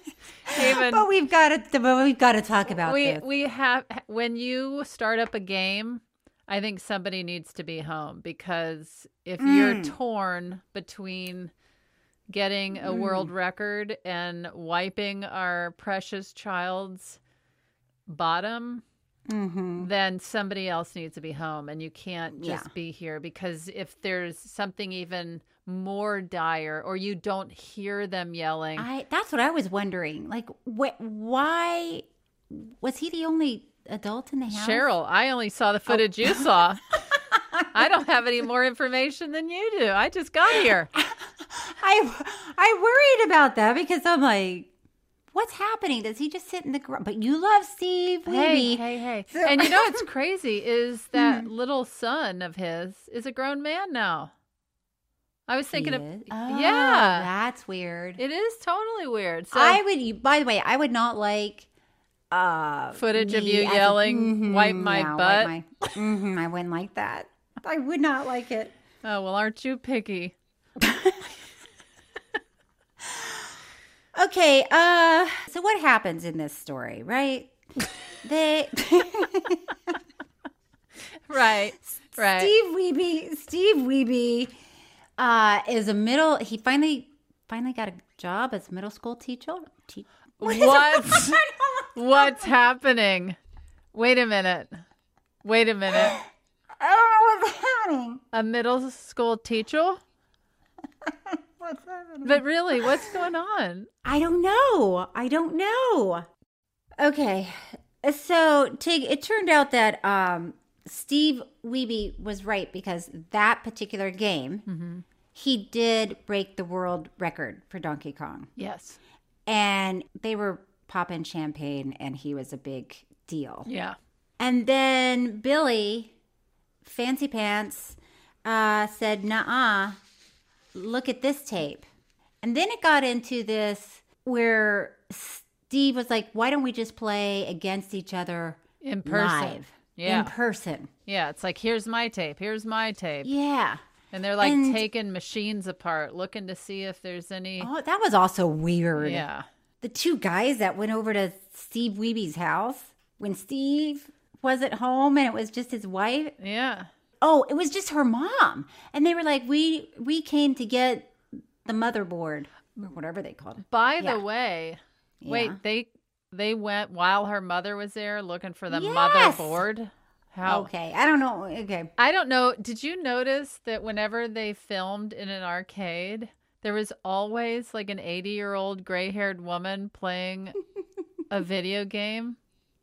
Even
But we've got to. But we've got to talk about
we
this.
we have when you start up a game i think somebody needs to be home because if you're
Mm.
torn between getting a world record and wiping our precious child's bottom,
Mm-hmm.
then somebody else needs to be home and you can't just
Yeah.
be here because if there's something even more dire or you don't hear them yelling
I that's what I was wondering. Like, what? Why was he the only adult in the house?
Cheryl, I only saw the footage you saw. I don't have any more information than you do. I just got here.
I I worried about that because I'm like, what's happening? Does he just sit in the garage? But you love Steve.
Hey,
Levy.
hey, hey. Hmm.
So-
and you know what's crazy is that little son of his is a grown man now. I was thinking of
Oh,
yeah,
that's weird.
it is totally weird. So
I would. By the way, I would not like uh
Footage of
me
you
as a-
yelling,
Mhm,
"Wipe my
yeah, wipe
butt."
my- mhm, I wouldn't like that. I would not like it.
oh well, aren't you picky?
Okay, uh so what happens in this story, right? they
Right, right.
Steve Weeby, Steve Weeby uh is a middle he finally finally got a job as middle school teacher. Te- is-
What? What's happening? Wait a minute. Wait a minute.
Oh, I don't know what's happening.
A middle school teacher?
what's happening?
But really, what's going on?
I don't know. I don't know. Okay. So, Tig, it turned out that um, Steve Wiebe was right because that particular game, he did break the world record for Donkey Kong.
Yes.
And they were popping champagne, and he was a big deal.
Yeah.
And then Billy, Fancy Pants, uh, said, Nah, look at this tape. And then it got into this where Steve was like, Why don't we just play against each other
In person.
live?
Yeah.
In person.
Yeah, it's like here's my tape, here's my tape.
Yeah.
And they're like
And-
taking machines apart, looking to see if there's any
Oh, that was also weird.
Yeah.
The two guys that went over to Steve Weeby's house when Steve wasn't home and it was just his wife.
Yeah.
Oh, it was just her mom. And they were like, We we came to get the motherboard or whatever they called it.
By
Yeah.
the way,
Yeah.
wait, they they went while her mother was there looking for the
Yes! Oh,
motherboard. How
Okay. I don't know. Okay.
I don't know. Did you notice that whenever they filmed in an arcade, there was always like an 80 year old gray haired woman playing a video game?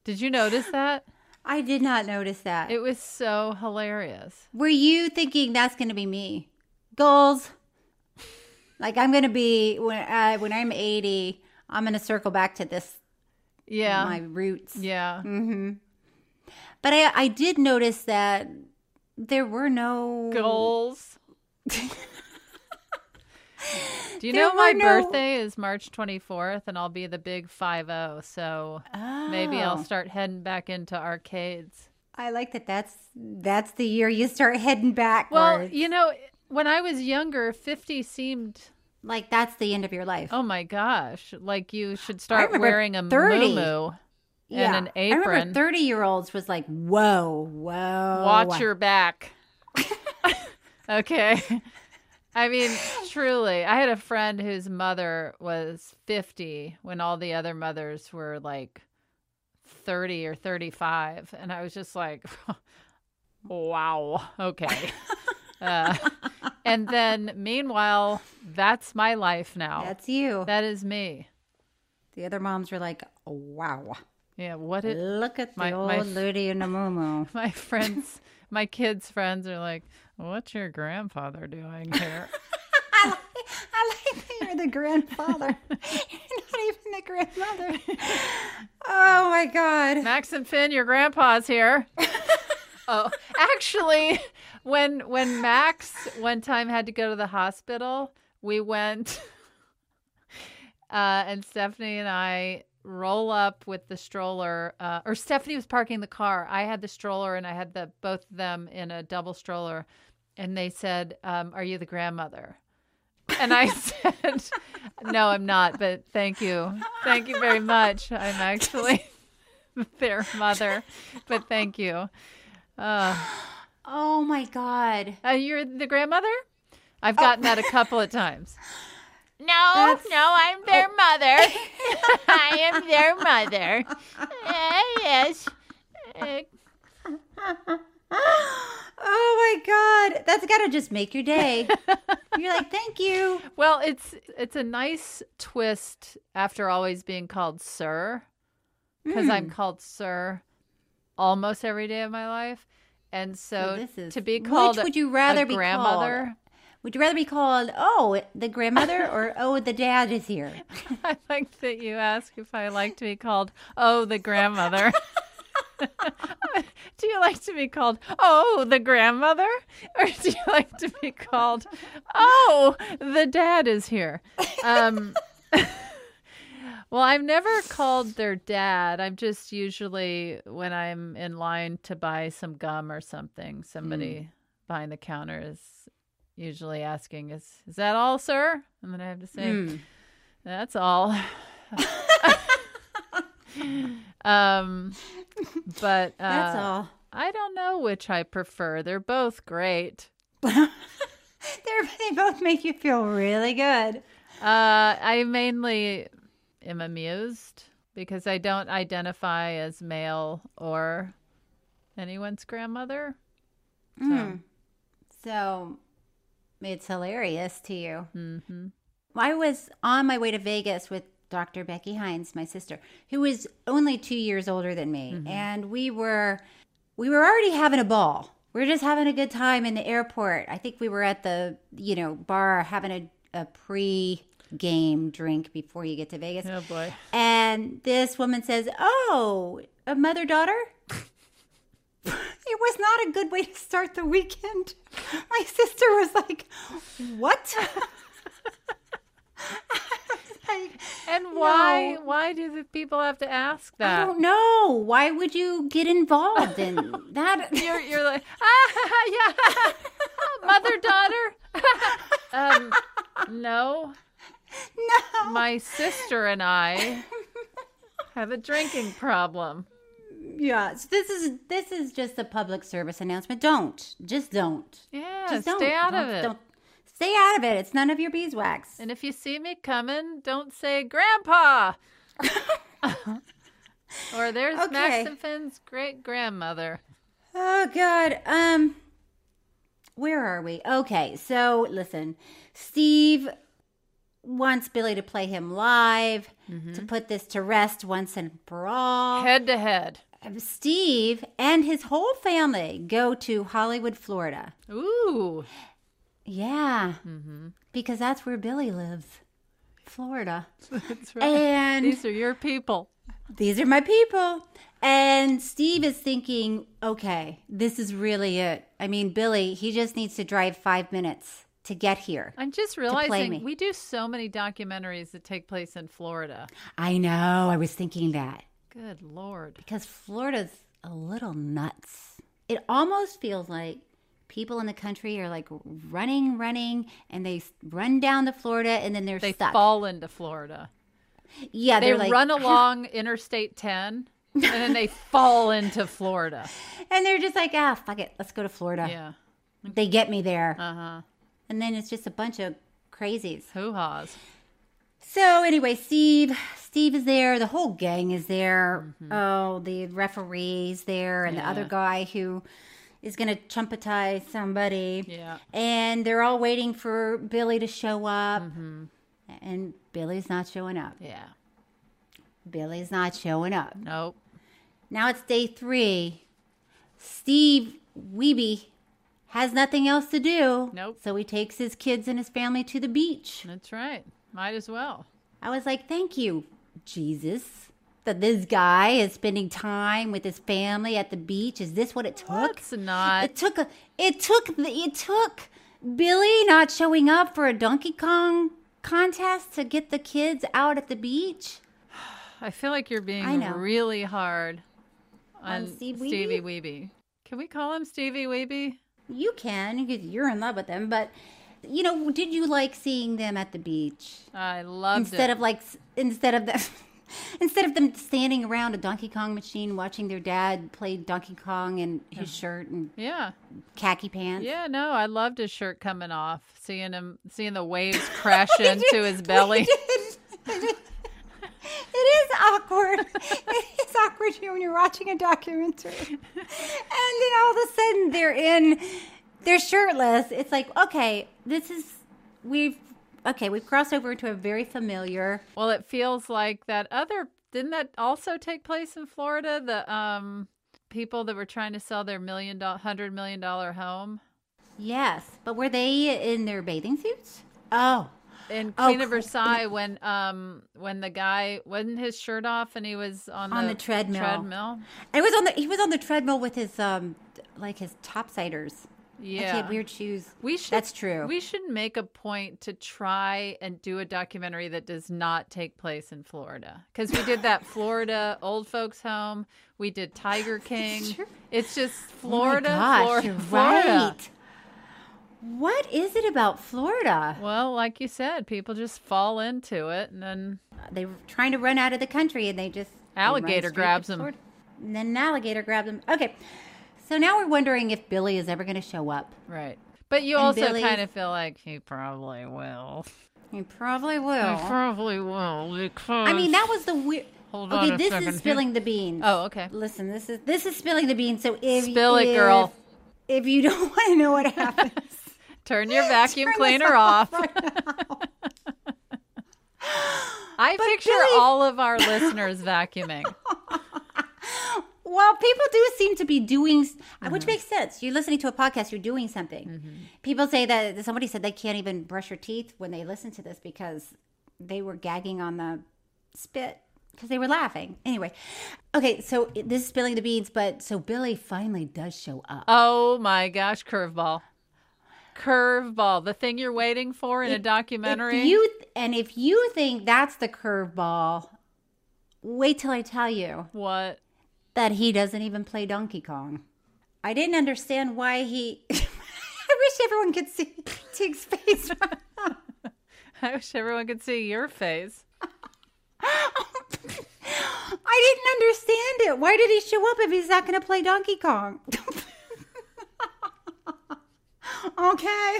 Did you notice that?
I did not notice that.
It was so hilarious.
Were you thinking that's going to be me? Goals. Like I'm going to be when I when I'm 80, I'm going to circle back to this
Yeah.
my roots.
yeah.
hmm But I I did notice that there were no
Goals. Do you
There
know my
were no-
birthday is March 24th and I'll be the big 50, so maybe I'll
Oh.
start heading back into arcades.
I like that. That's that's the year you start heading backwards.
Well, you know, when I was younger, 50 seemed
like that's the end of your life.
Oh my gosh! Like you should start
remember
wearing a
30.
muumuu and
Yeah.
an
I remember
apron.
thirty year olds was like, whoa, whoa.
Watch your back. okay. I mean, truly, I had a friend whose mother was 50 when all the other mothers were like 30 or 35. And I was just like, wow. Okay. uh, and then, meanwhile, that's my life now.
That's you.
That is me.
The other moms were like, wow.
Yeah. What it,
Look at the
my-
old
my f-
lady in the muumuu.
my friends, my kids' friends are like, "What's your grandfather doing here?"
I like that you're the grandfather. you're not even the grandmother. Oh my god.
Max and Finn, your grandpa's here. oh, actually, when when Max one time had to go to the hospital, we went, uh, and Stephanie and I roll up with the stroller. Uh, or Stephanie was parking the car. I had the stroller, and I had the both of them in a double stroller. And they said, um, "Are you the grandmother?" And I said, No, I'm not, but thank you. Thank you very much. I'm actually their mother, but thank you. Uh,
Oh my god.
uh, you're the grandmother? I've gotten that a couple of times.
Oh.
oh.
No, no, I'm their mother. I am their mother. Uh, yes. Uh,
oh my god, that's got to just make your day. You're like, thank you.
Well, it's it's a nice twist after always being called sir, because
Mm.
Hmm.
I'm called sir almost every day of my life, and so,
this is-
to be
which
called a-
would you rather
a
be
grandmother.
called? Would you rather be called oh the grandmother or oh the dad is here?
I like that you ask if I like to be called oh the grandmother. do you like to be called oh the grandmother or do you like to be called oh the dad is here? Um Well, I'm never called their dad. I'm just usually when I'm in line to buy some gum or something, somebody behind the counter is usually asking, "Is is that all, sir?" And then I have to say,
Mm.
"That's all." um, but uh,
That's all.
I don't know which I prefer. They're both great.
They're, they both make you feel really good.
Uh, I mainly am amused because I don't identify as male or anyone's grandmother.
Mm. So it's hilarious to you. Mm-hmm. I was on my way to Vegas with Dr. Becky Hines, my sister, who is only two years older than me, and we were we were already having a ball. We were just having a good time in the airport. I think we were at the you know bar having a, a pre game drink before you get to Vegas.
Oh boy.
And this woman says, Oh, a mother daughter? it was not a good way to start the weekend. My sister was like, What?
And why why do the people have to ask that?
I don't know. Why would you get involved in that?
You're, you're like, ah, yeah, Oh, mother daughter. um, no,
no.
My sister and I have a drinking problem.
Yeah. So this is this is just a public service announcement. Don't. Just don't.
Yeah,
Just
stay out of it.
Stay out of it. It's none of your beeswax.
And if you see me coming, don't say grandpa. or there's
Okay.
Max and Finn's great grandmother.
Oh God. Um where are we? Okay, so listen. Steve wants Billy to play him live to put this to rest once and for all. Um,
Head to head.
Steve and his whole family go to Hollywood, Florida.
Ooh.
Yeah. Because that's where Billy lives. Florida.
That's
right. And
These are your people.
these are my people. And Steve is thinking, okay, this is really it. I mean, Billy, he just needs to drive five minutes to get here.
I'm just
play me.
realizing we do so many documentaries that take place in Florida.
I know. I was thinking that
Good lord.
because Florida's a little nuts. It almost feels like people in the country are like running, running, and they s- run down to Florida and then they're
They
stuck.
fall into Florida.
Yeah,
they
they're like,
run along Interstate 10 and then they fall into Florida.
and they're just like, ah, fuck it, let's go to Florida.
Yeah.
They get me there.
Uh huh.
And then it's just a bunch of crazies.
Hoo haws.
So anyway, Steve, Steve is there. The whole gang is there. Oh, the referees there, and the other
Mm-hmm. Yeah.
guy who is going to chumpetize somebody.
Yeah.
And they're all waiting for Billy to show up,
Mm-hmm.
and Billy's not showing up.
Yeah.
Billy's not showing up.
Nope.
Now it's day three. Steve Weeby has nothing else to do.
Nope.
So he takes his kids and his family to the beach.
That's right. Might as well.
I was like, thank you, Jesus, that this guy is spending time with his family at the beach. Is this what it took?
It's not.
It took a, it took the, it took Billy not showing up for a Donkey Kong contest to get the kids out at the beach.
I feel like you're being
I know.
really hard on,
On Steve Weeby?
Stevie Weeby. Can we call him Stevie Weeby?
You can, because you're in love with them, but you know, did you like seeing them at the beach
I loved
instead
it.
of like s- instead of the Instead of them standing around a Donkey Kong machine watching their dad play Donkey Kong in his shirt and
yeah,
khaki pants.
Yeah, no, I loved his shirt coming off, seeing him, seeing the waves crash into his belly.
It is awkward. it is awkward here when you're watching a documentary. And then all of a sudden they're in, they're shirtless. It's like, okay, this is, we've, okay, we've crossed over into a very familiar.
Well, it feels like that other didn't that also take place in Florida? The um people that were trying to sell their million dollar hundred million dollar home
Yes, but were they in their bathing suits? Oh.
in
Oh,
Queen of
cool.
Versailles when um when the guy wasn't his shirt off and he was on
On the treadmill.
treadmill.
And it was on the, he was on the treadmill with his, um, like his topsiders. Like, he had
Yeah.
weird shoes.
We should.
That's true.
We should make a point to try and do a documentary that does not take place in Florida because we did that Florida old folks home. We did Tiger King. It's just Florida,
oh my gosh,
Florida,
you're
Florida.
right. What is it about Florida?
Well, like you said, people just fall into it, and then
they were trying to run out of the country, and they just they run
Alligator
straight to
grabs 'em.
Florida. And then an alligator grabs them. Okay, so now we're wondering if Billy is ever going to show up.
Right, but you
And
also
Billy's-
kind of feel like he probably will.
He probably will.
He probably will. Because
I mean, that was the weird.
Hold on
Okay,
a
this
second here.
is spilling the beans.
Oh, okay.
Listen, this is this is spilling the beans. So if
Spill it,
if-
girl.
if you don't want to know what happened,
Turn your vacuum
Turn this
cleaner off.
off
I picture all of our listeners vacuuming.
well, people do seem to be doing, uh, which makes sense. You're listening to a podcast, you're doing something. People say that somebody said they can't even brush your teeth when they listen to this because they were gagging on the spit because they were laughing. Anyway, okay, so it- this is spilling the beans, but so Billy finally does show up.
Oh my gosh, curveball. Curveball, the thing you're waiting for in a documentary.
If you and if you think that's the curveball, wait till I tell you
what
that he doesn't even play Donkey Kong. I didn't understand why he. I wish everyone could see Tig's face.
I wish everyone could see your face.
I didn't understand it. Why did he show up if he's not going to play Donkey Kong? okay,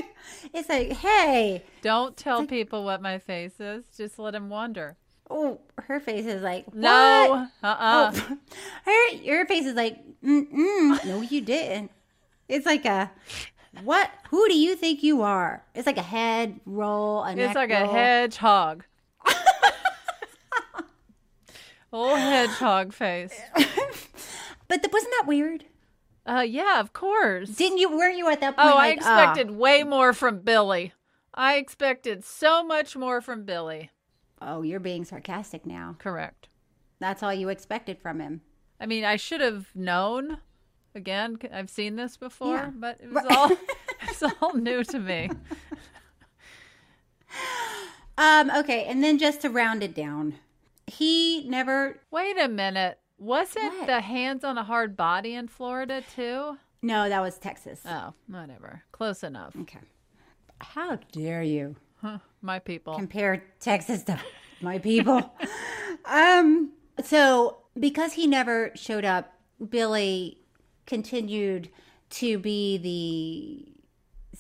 it's like, hey,
Don't tell people what my face is. Just let them wonder.
oh, her face is like,
No.
what?
Uh-uh.
Oh, her, your face is like, mm-mm, no, you didn't. It's like a, what? Who do you think you are? It's like a head roll. A
it's like a hedgehog. Old hedgehog face.
But the, wasn't that weird?
Uh, yeah, of course.
Didn't you? Weren't you at that point?
Oh, I
like, ah,
expected way more from Billy. I expected so much more from Billy.
oh, you're being sarcastic now.
Correct.
That's all you expected from him.
I mean, I should have known. Again, c- I've seen this before,
Yeah.
but it was all it's all new to me.
Um, okay, and then just to round it down, he never.
Wait a minute. Wasn't
What?
the hands on a hard body in Florida too?
No, that was Texas.
Oh, whatever. Close enough.
Okay. How dare you
Huh, my people.
compare Texas to my people? um, so because he never showed up, Billy continued to be the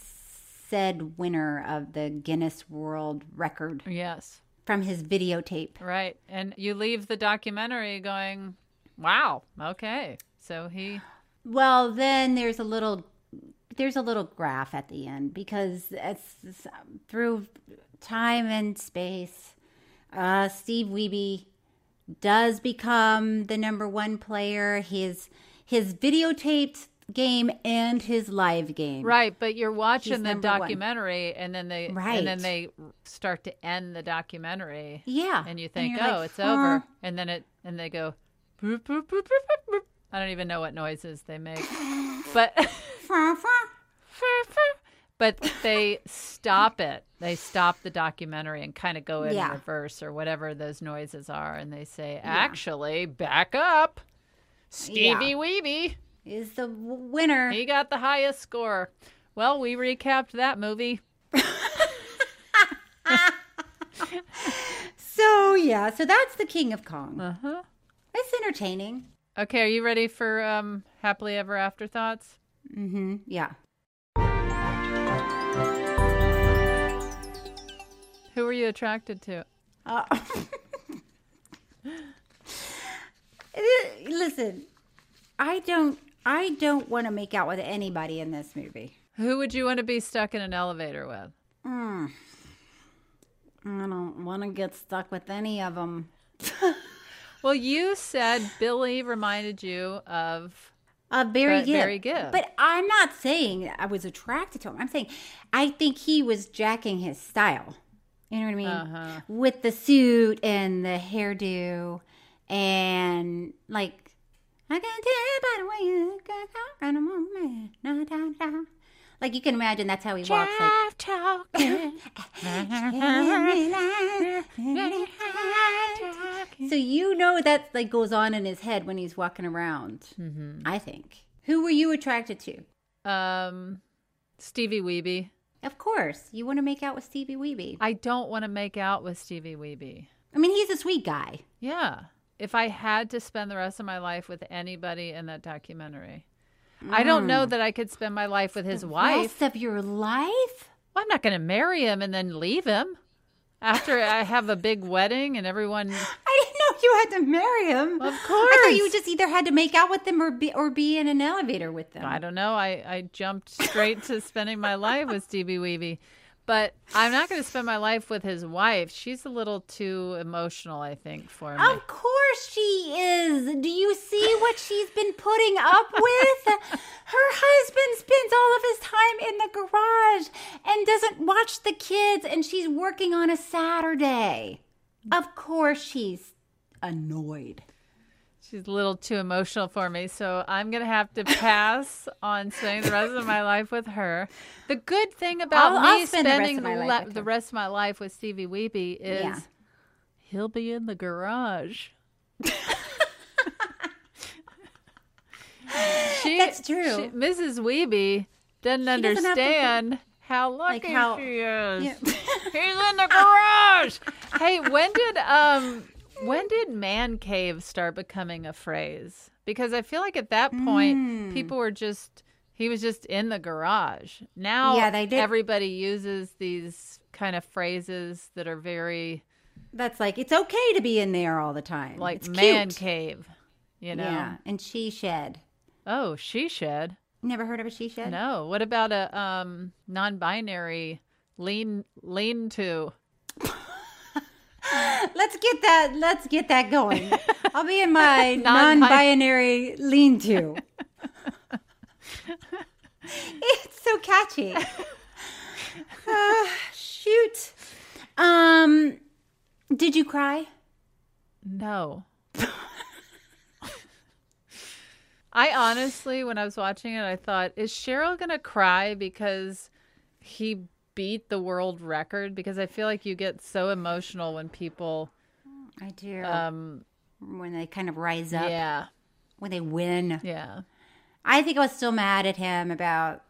said winner of the Guinness World Record
yes.
from his videotape.
Right. And you leave the documentary going, "Wow, okay." So he
Well, then there's a little there's a little graph at the end because it's, it's, um, through time and space. Uh, Steve Wiebe does become the number one player. His his videotaped game and his live game.
Right, but you're watching the
number one.
documentary, and then they and
Right.
then they start to end the documentary.
Yeah,
and you
and
think,
you're like,
oh, it's over,
huh.
and then it and they go, boop, boop, boop, boop, boop, boop. I don't even know what noises they make, but but they stop it. They stop the documentary and kind of go in
Yeah.
reverse or whatever those noises are, and they say, actually, back up, Stevie Weeby.
Is the w- winner.
He got the highest score. Well, we recapped that movie.
So yeah. So that's the King of Kong. Uh huh. It's entertaining.
Uh-huh. Okay, are you ready for um, happily ever after thoughts?
Mm-hmm. Yeah.
Who were you attracted to?
Uh, Listen, I don't. I don't want to make out with anybody in this movie.
Who would you want to be stuck in an elevator with?
Mm. I don't want to get stuck with any of them.
Well, you said Billy reminded you of
Uh, Barry
But
Gibb.
Barry Gibb.
But I'm not saying I was attracted to him. I'm saying I think he was jacking his style. You know what I mean?
Uh-huh.
With the suit and the hairdo and like, I can tell by the way you got out and I'm on my- na, da, da. Like you can imagine that's how he walks. Like, so you know that like goes on in his head when he's walking around.
Mhm.
I think. Who were you attracted to?
Um, Stevie Weeby.
Of course, you want to make out with Stevie Weeby.
I don't want to make out with Stevie Weeby.
I mean, he's a sweet guy.
Yeah. If I had to spend the rest of my life with anybody in that documentary, I don't know
Mm.
that I could spend my life with his
The
wife.
Rest of your life?
Well, I'm not going to marry him and then leave him after I have a big wedding and everyone.
I didn't know you had to marry him. Of course. I thought you just either had to make out with them or be or be in an elevator with them.
I don't know. I, I jumped straight to spending my life with Stevie Weeby. But I'm not going to spend my life with his wife. She's a little too emotional, I think, for me.
Of course she is. Do you see what she's been putting up with? Her husband spends all of his time in the garage and doesn't watch the kids, and she's working on a Saturday. Of course she's annoyed.
She's a little too emotional for me, so I'm going to have to pass on spending the rest of my life with her. The good thing about
I'll-
me
I'll spend the rest of
spending the,
my life
le-
with
the rest of my life with Stevie Weeby is
Yeah.
he'll be in the garage. she, That's true. Mrs. Weeby doesn't
doesn't have to-
understand how lucky
how-
she is.
Yeah.
He's in the garage. hey, when did um when did man cave start becoming a phrase? Because I feel like at that point
Hmm.
people were just he was just in the garage. Now
Yeah, they did.
everybody uses these kind of phrases that are very
That's like it's okay to be in there all the time.
like
it's
man
cute.
cave, you know.
Yeah, and she shed.
Oh, she shed.
Never heard of a she shed?
No. What about a um non-binary lean lean to?
Let's get that. Let's get that going. I'll be in my
Non-bi-
non-binary lean-to. it's so catchy. Uh, shoot. Um, did you cry?
No. I honestly, when I was watching it, I thought, is Cheryl going to cry because he beat the world record? Because I feel like you get so emotional when people.
I do.
Um,
when they kind of rise up.
Yeah.
When they win.
Yeah.
I think I was still mad at him about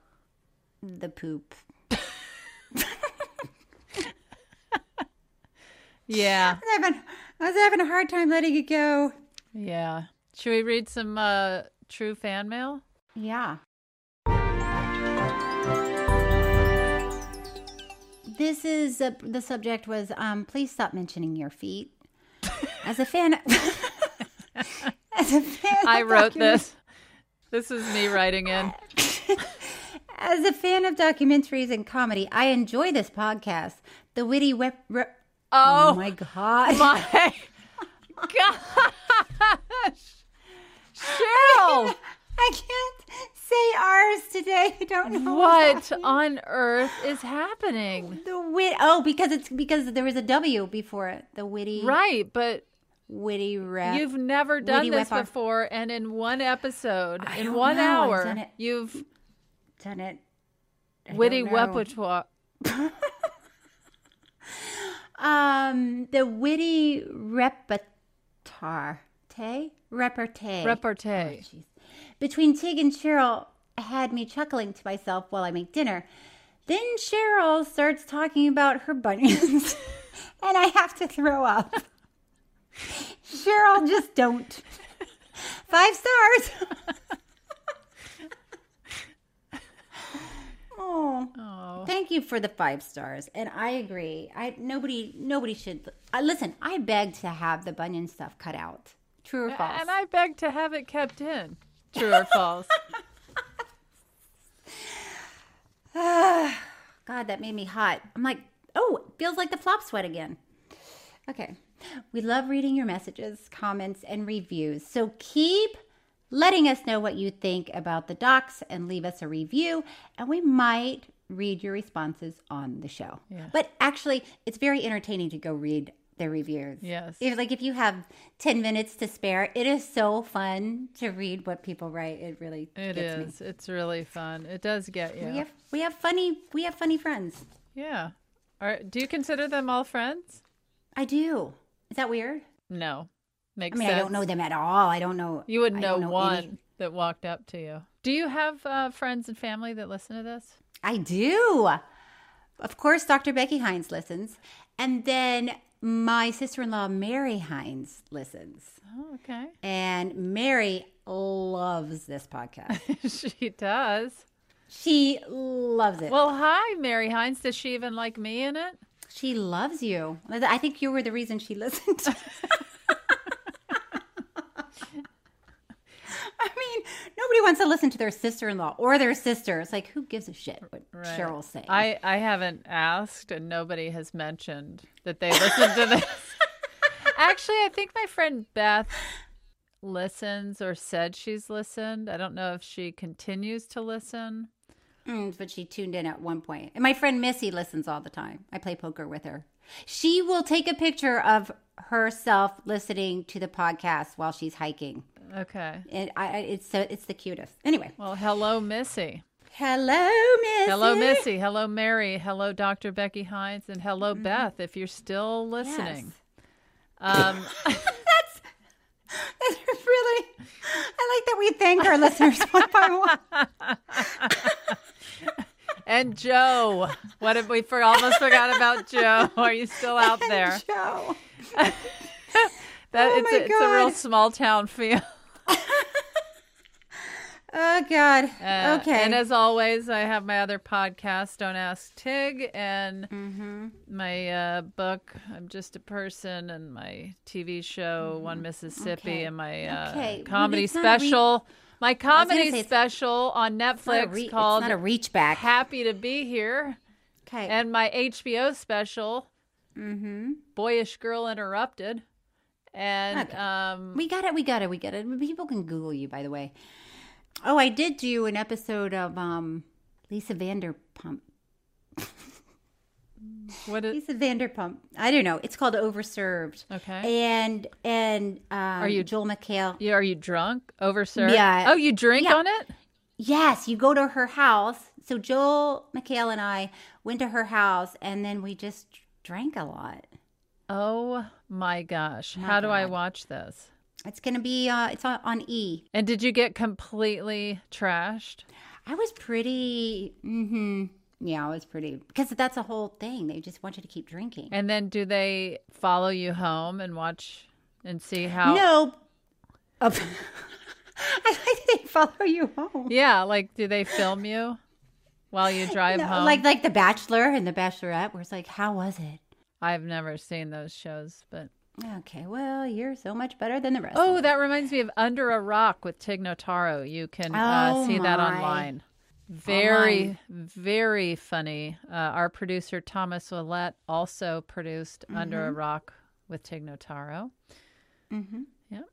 the poop.
Yeah.
I was having, I was having a hard time letting it go.
Yeah. Should we read some uh, true fan mail?
Yeah. This is uh the subject was um, please stop mentioning your feet. As a fan, as a fan, of
I wrote
document-
this. This is me writing in.
As a fan of documentaries and comedy, I enjoy this podcast. The witty wep- re- oh, my god,
my gosh, Cheryl.
I can't say ours today. I don't know
What on earth is happening?
The wit. Oh, because it's because there was a W before it. The witty.
Right, but
Witty rep.
You've never done
witty
this
whip our-
before, and in one episode, in
don't
one
know. I've
hour,
done it-
you've
Done it. I
witty
don't know.
wepwatwa.
Um, the witty repertoire. Tay? Repartee.
Repartee.
Oh, jeez. Between Tig and Cheryl had me chuckling to myself while I make dinner. Then Cheryl starts talking about her bunions, and I have to throw up. Cheryl, just don't. Five stars. oh. Thank you for the five stars. And I agree. I nobody nobody should uh, listen, I beg to have the bunion stuff cut out. True or
A-
false?
And I beg to have it kept in. True or false?
God, that made me hot. I'm like, oh, it feels like the flop sweat again. Okay. We love reading your messages, comments, and reviews. So keep letting us know what you think about the docs and leave us a review, and we might read your responses on the show.
Yeah.
But actually, it's very entertaining to go read their reviews.
Yes.
If, like if you have 10 minutes to spare, it is so fun to read what people write. It really
It
gets me.
is. It's really fun. It does get you.
We have we have funny we have funny friends.
Yeah. Are, do you consider them all friends?
I do. Is that weird?
No. Makes
I mean, I don't
sense.
know them at all. I don't know.
You wouldn't
I
know,
don't
one
any-
that walked up to you. Do you have uh, friends and family that listen to this?
I do. Of course, Dr. Becky Hines listens, and then my sister-in-law Mary Hines listens,
Oh, okay.
and Mary loves this podcast.
she does.
She loves it.
Well, hi, Mary Hines. Does she even like me in it?
She loves you. I think you were the reason she listened. I mean, nobody wants to listen to their sister-in-law or their sister. It's like, who gives a shit what
Right.
Cheryl's saying?
I, I haven't asked, and nobody has mentioned that they listen to this. Actually, I think my friend Beth listens or said she's listened. I don't know if she continues to listen.
Mm, but she tuned in at one point. And my friend Missy listens all the time. I play poker with her. She will take a picture of herself listening to the podcast while she's hiking.
Okay.
And I, I- it's so it's the cutest. Anyway,
Well, hello, Missy.
hello, Missy.
Hello, Missy. Hello, Mary. Hello, Dr. Becky Hines. And hello, Beth, if you're still listening. Um,
really, I like that we thank our listeners one by one.
and Joe. What if we for, almost forgot about Joe? Are you still out there?
Joe.
That,
Oh
it's,
my
a, it's a real
God.
small town feel.
Oh God.
Uh,
okay.
And as always, I have my other podcast, Don't Ask Tig, and
Mm-hmm.
my uh, book, I'm Just a Person, and my TV show, One Mississippi,
Mm-hmm. Okay.
and my uh,
Okay. Well,
comedy
it's not a re-
special. my
gonna
comedy
say it's-
special on
not a
Netflix
re- it's
called
not a reach back.
Happy to Be Here.
Okay.
And my HBO special,
mm-hmm.
Boyish Girl Interrupted. And um,
We got it. We got it. We got it. People can Google you, by the way. Oh, I did do an episode of um, Lisa Vanderpump.
what is.
Lisa Vanderpump. I don't know. It's called Overserved.
Okay.
And and um, are
you-
Joel McHale?
Yeah, Are you drunk? Overserved?
Yeah.
Oh, you drink
Yeah.
on it?
Yes, you go to her house. So Joel McHale and I went to her house, and then we just drank a lot.
Oh my gosh. How do I
God.
watch this?
It's gonna be. Uh, it's on, on E.
And did you get completely trashed?
I was pretty. Mm-hmm. Yeah, I was pretty because that's a whole thing. They just want you to keep drinking.
And then do they follow you home and watch and see how?
No. Oh, I like they follow you home.
Yeah, like do they film you while you drive
No,
home?
Like like The Bachelor and The Bachelorette, where it's like, how was it?
I've never seen those shows, but
Okay, well, you're so much better than the rest.
oh, that reminds me of Under a Rock with Tig Notaro. You can uh,
Oh,
see that
my.
online. Very, very funny. Uh, our producer Thomas Willette also produced Under a
Mhm.
Rock with Tig Notaro.
Mm-hmm.
Yep.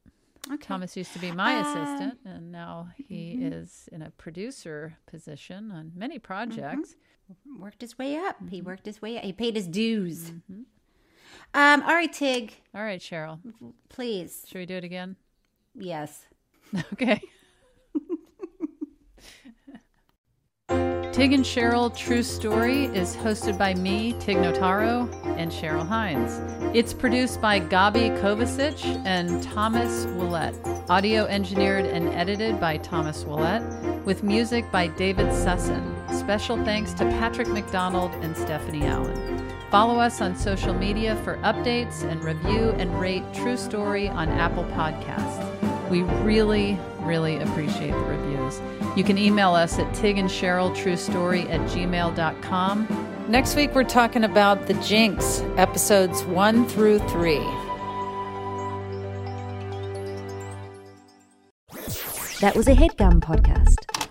Okay.
Thomas used to be my
Uh,
assistant, and now he
mhm.
is in a producer position on many projects.
Mm-hmm. Worked his way up. He worked his way up. He paid his dues. Um. All right, Tig.
All right, Cheryl,
Please.
should we do it again?
Yes.
Okay. Tig and Cheryl True Story is hosted by me, Tig Notaro, and Cheryl Hines. It's produced by Gabi Kovacic and Thomas Willette. Audio engineered and edited by Thomas Willette, with music by David Sussin. Special thanks to Patrick McDonald and Stephanie Allen. Follow us on social media for updates and review and rate True Story on Apple Podcasts. We really, really appreciate the reviews. You can email us at Tig and Cheryl True Story at gmail.com.
Next week, we're talking about The Jinx, episodes one through three.
That was a headgum podcast.